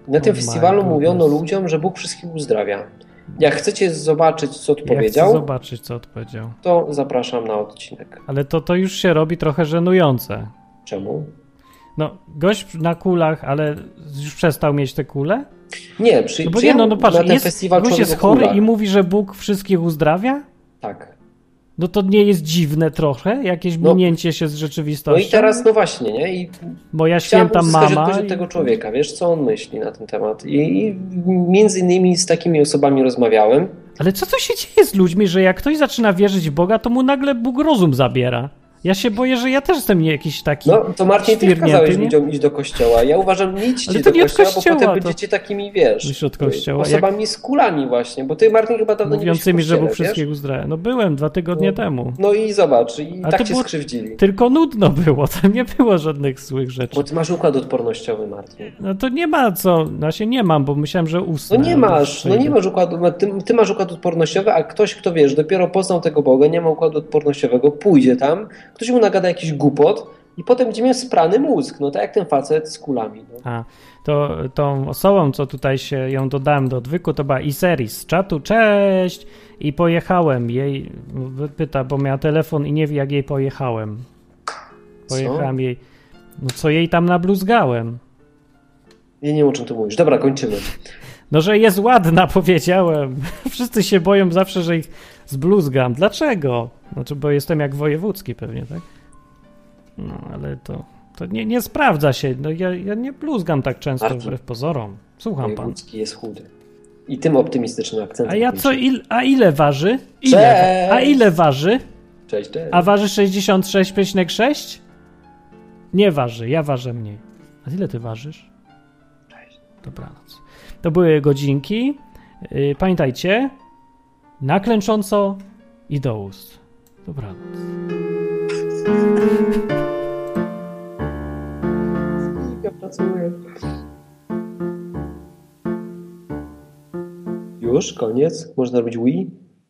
I na tym
Oh my
festiwalu mówiono
goodness.
ludziom, że Bóg wszystkich uzdrawia. Jak chcecie zobaczyć, co
Ja chcę
odpowiedział,
zobaczyć, co odpowiedział.
to zapraszam na odcinek.
Ale to, to już się robi trochę żenujące.
Czemu?
No, gość na kulach, ale już przestał mieć te kule?
Nie, przy,
No bo nie,
przyjechał
no, no patrz,
na ten
jest,
festiwal
gość
człowiek
jest
o
chory
kulach.
i mówi, że Bóg wszystkich uzdrawia?
Tak.
No to nie jest dziwne trochę? Jakieś
No.
minięcie się z
No
rzeczywistością?
i teraz, no właśnie, nie? I
Moja
chciałem
święta
uzyskać
mama...
odpowiedź od tego człowieka, wiesz, co on myśli na ten temat. I, I między innymi z takimi osobami rozmawiałem.
Ale co to się dzieje z ludźmi, że jak ktoś zaczyna wierzyć w Boga, to mu nagle Bóg rozum zabiera? Ja się boję, że ja też jestem nie jakiś taki...
No, to Marcin, ty
Świrnięty,
kazałeś
nie?
ludziom iść do kościoła. Ja uważam, nie idźcie
Ale
do
to nie od
kościoła,
kościoła,
bo potem
to-
będziecie takimi, wiesz, y,
Myślisz od kościoła, jak-
osobami z kulami właśnie, bo ty, Martin, chyba dawno nie byłeś w
mówiącymi, że
kościele,
Bóg
wiesz?
wszystkich uzdrawia. No byłem dwa tygodnie
No.
temu.
No i zobacz, i
A to
tak cię
było-
skrzywdzili.
Tylko nudno było, tam nie było żadnych złych rzeczy.
Bo ty masz układ odpornościowy, Martin.
No to nie ma co, znaczy nie mam, bo myślałem, że
No
usnę.
nie masz, no nie masz układu, ma- ty, ty masz układ odpornościowy, a ktoś, kto wiesz, dopiero poznał tego Boga, nie ma układu odpornościowego, pójdzie tam, ktoś mu nagada jakiś głupot i potem będzie miał sprany mózg, no tak jak ten facet z kulami. No.
A, to tą osobą, co tutaj się ją dodałem do odwyku, to była Iseris z czatu, cześć! I pojechałem jej, pyta, bo miała telefon i nie wie, jak jej pojechałem. Pojechałem jej, no co jej tam nabluzgałem.
Ja nie wiem, o czym ty mówisz. Dobra, kończymy.
No, że jest ładna, powiedziałem. Wszyscy się boją zawsze, że ich zbluzgam. Dlaczego? Znaczy, bo jestem jak wojewódzki pewnie, tak? No, ale to, to nie, nie sprawdza się. No, ja, ja nie bluzgam tak często
Marcin.
wbrew pozorom. Słucham pan.
Wojewódzki jest chudy. I tym optymistycznym akcentem.
A ja co,
kończymy.
il, a ile waży? Ile,
Cześć!
a ile waży?
Cześć, cześć.
A waży 66,6? Nie waży, ja ważę mniej. A ile ty ważysz?
Cześć.
Dobranoc. To były godzinki. Yy, Pamiętajcie, na klęcząco i do ust. Dobranoc.
Ja pracuję. Już? Koniec? Można robić Wii?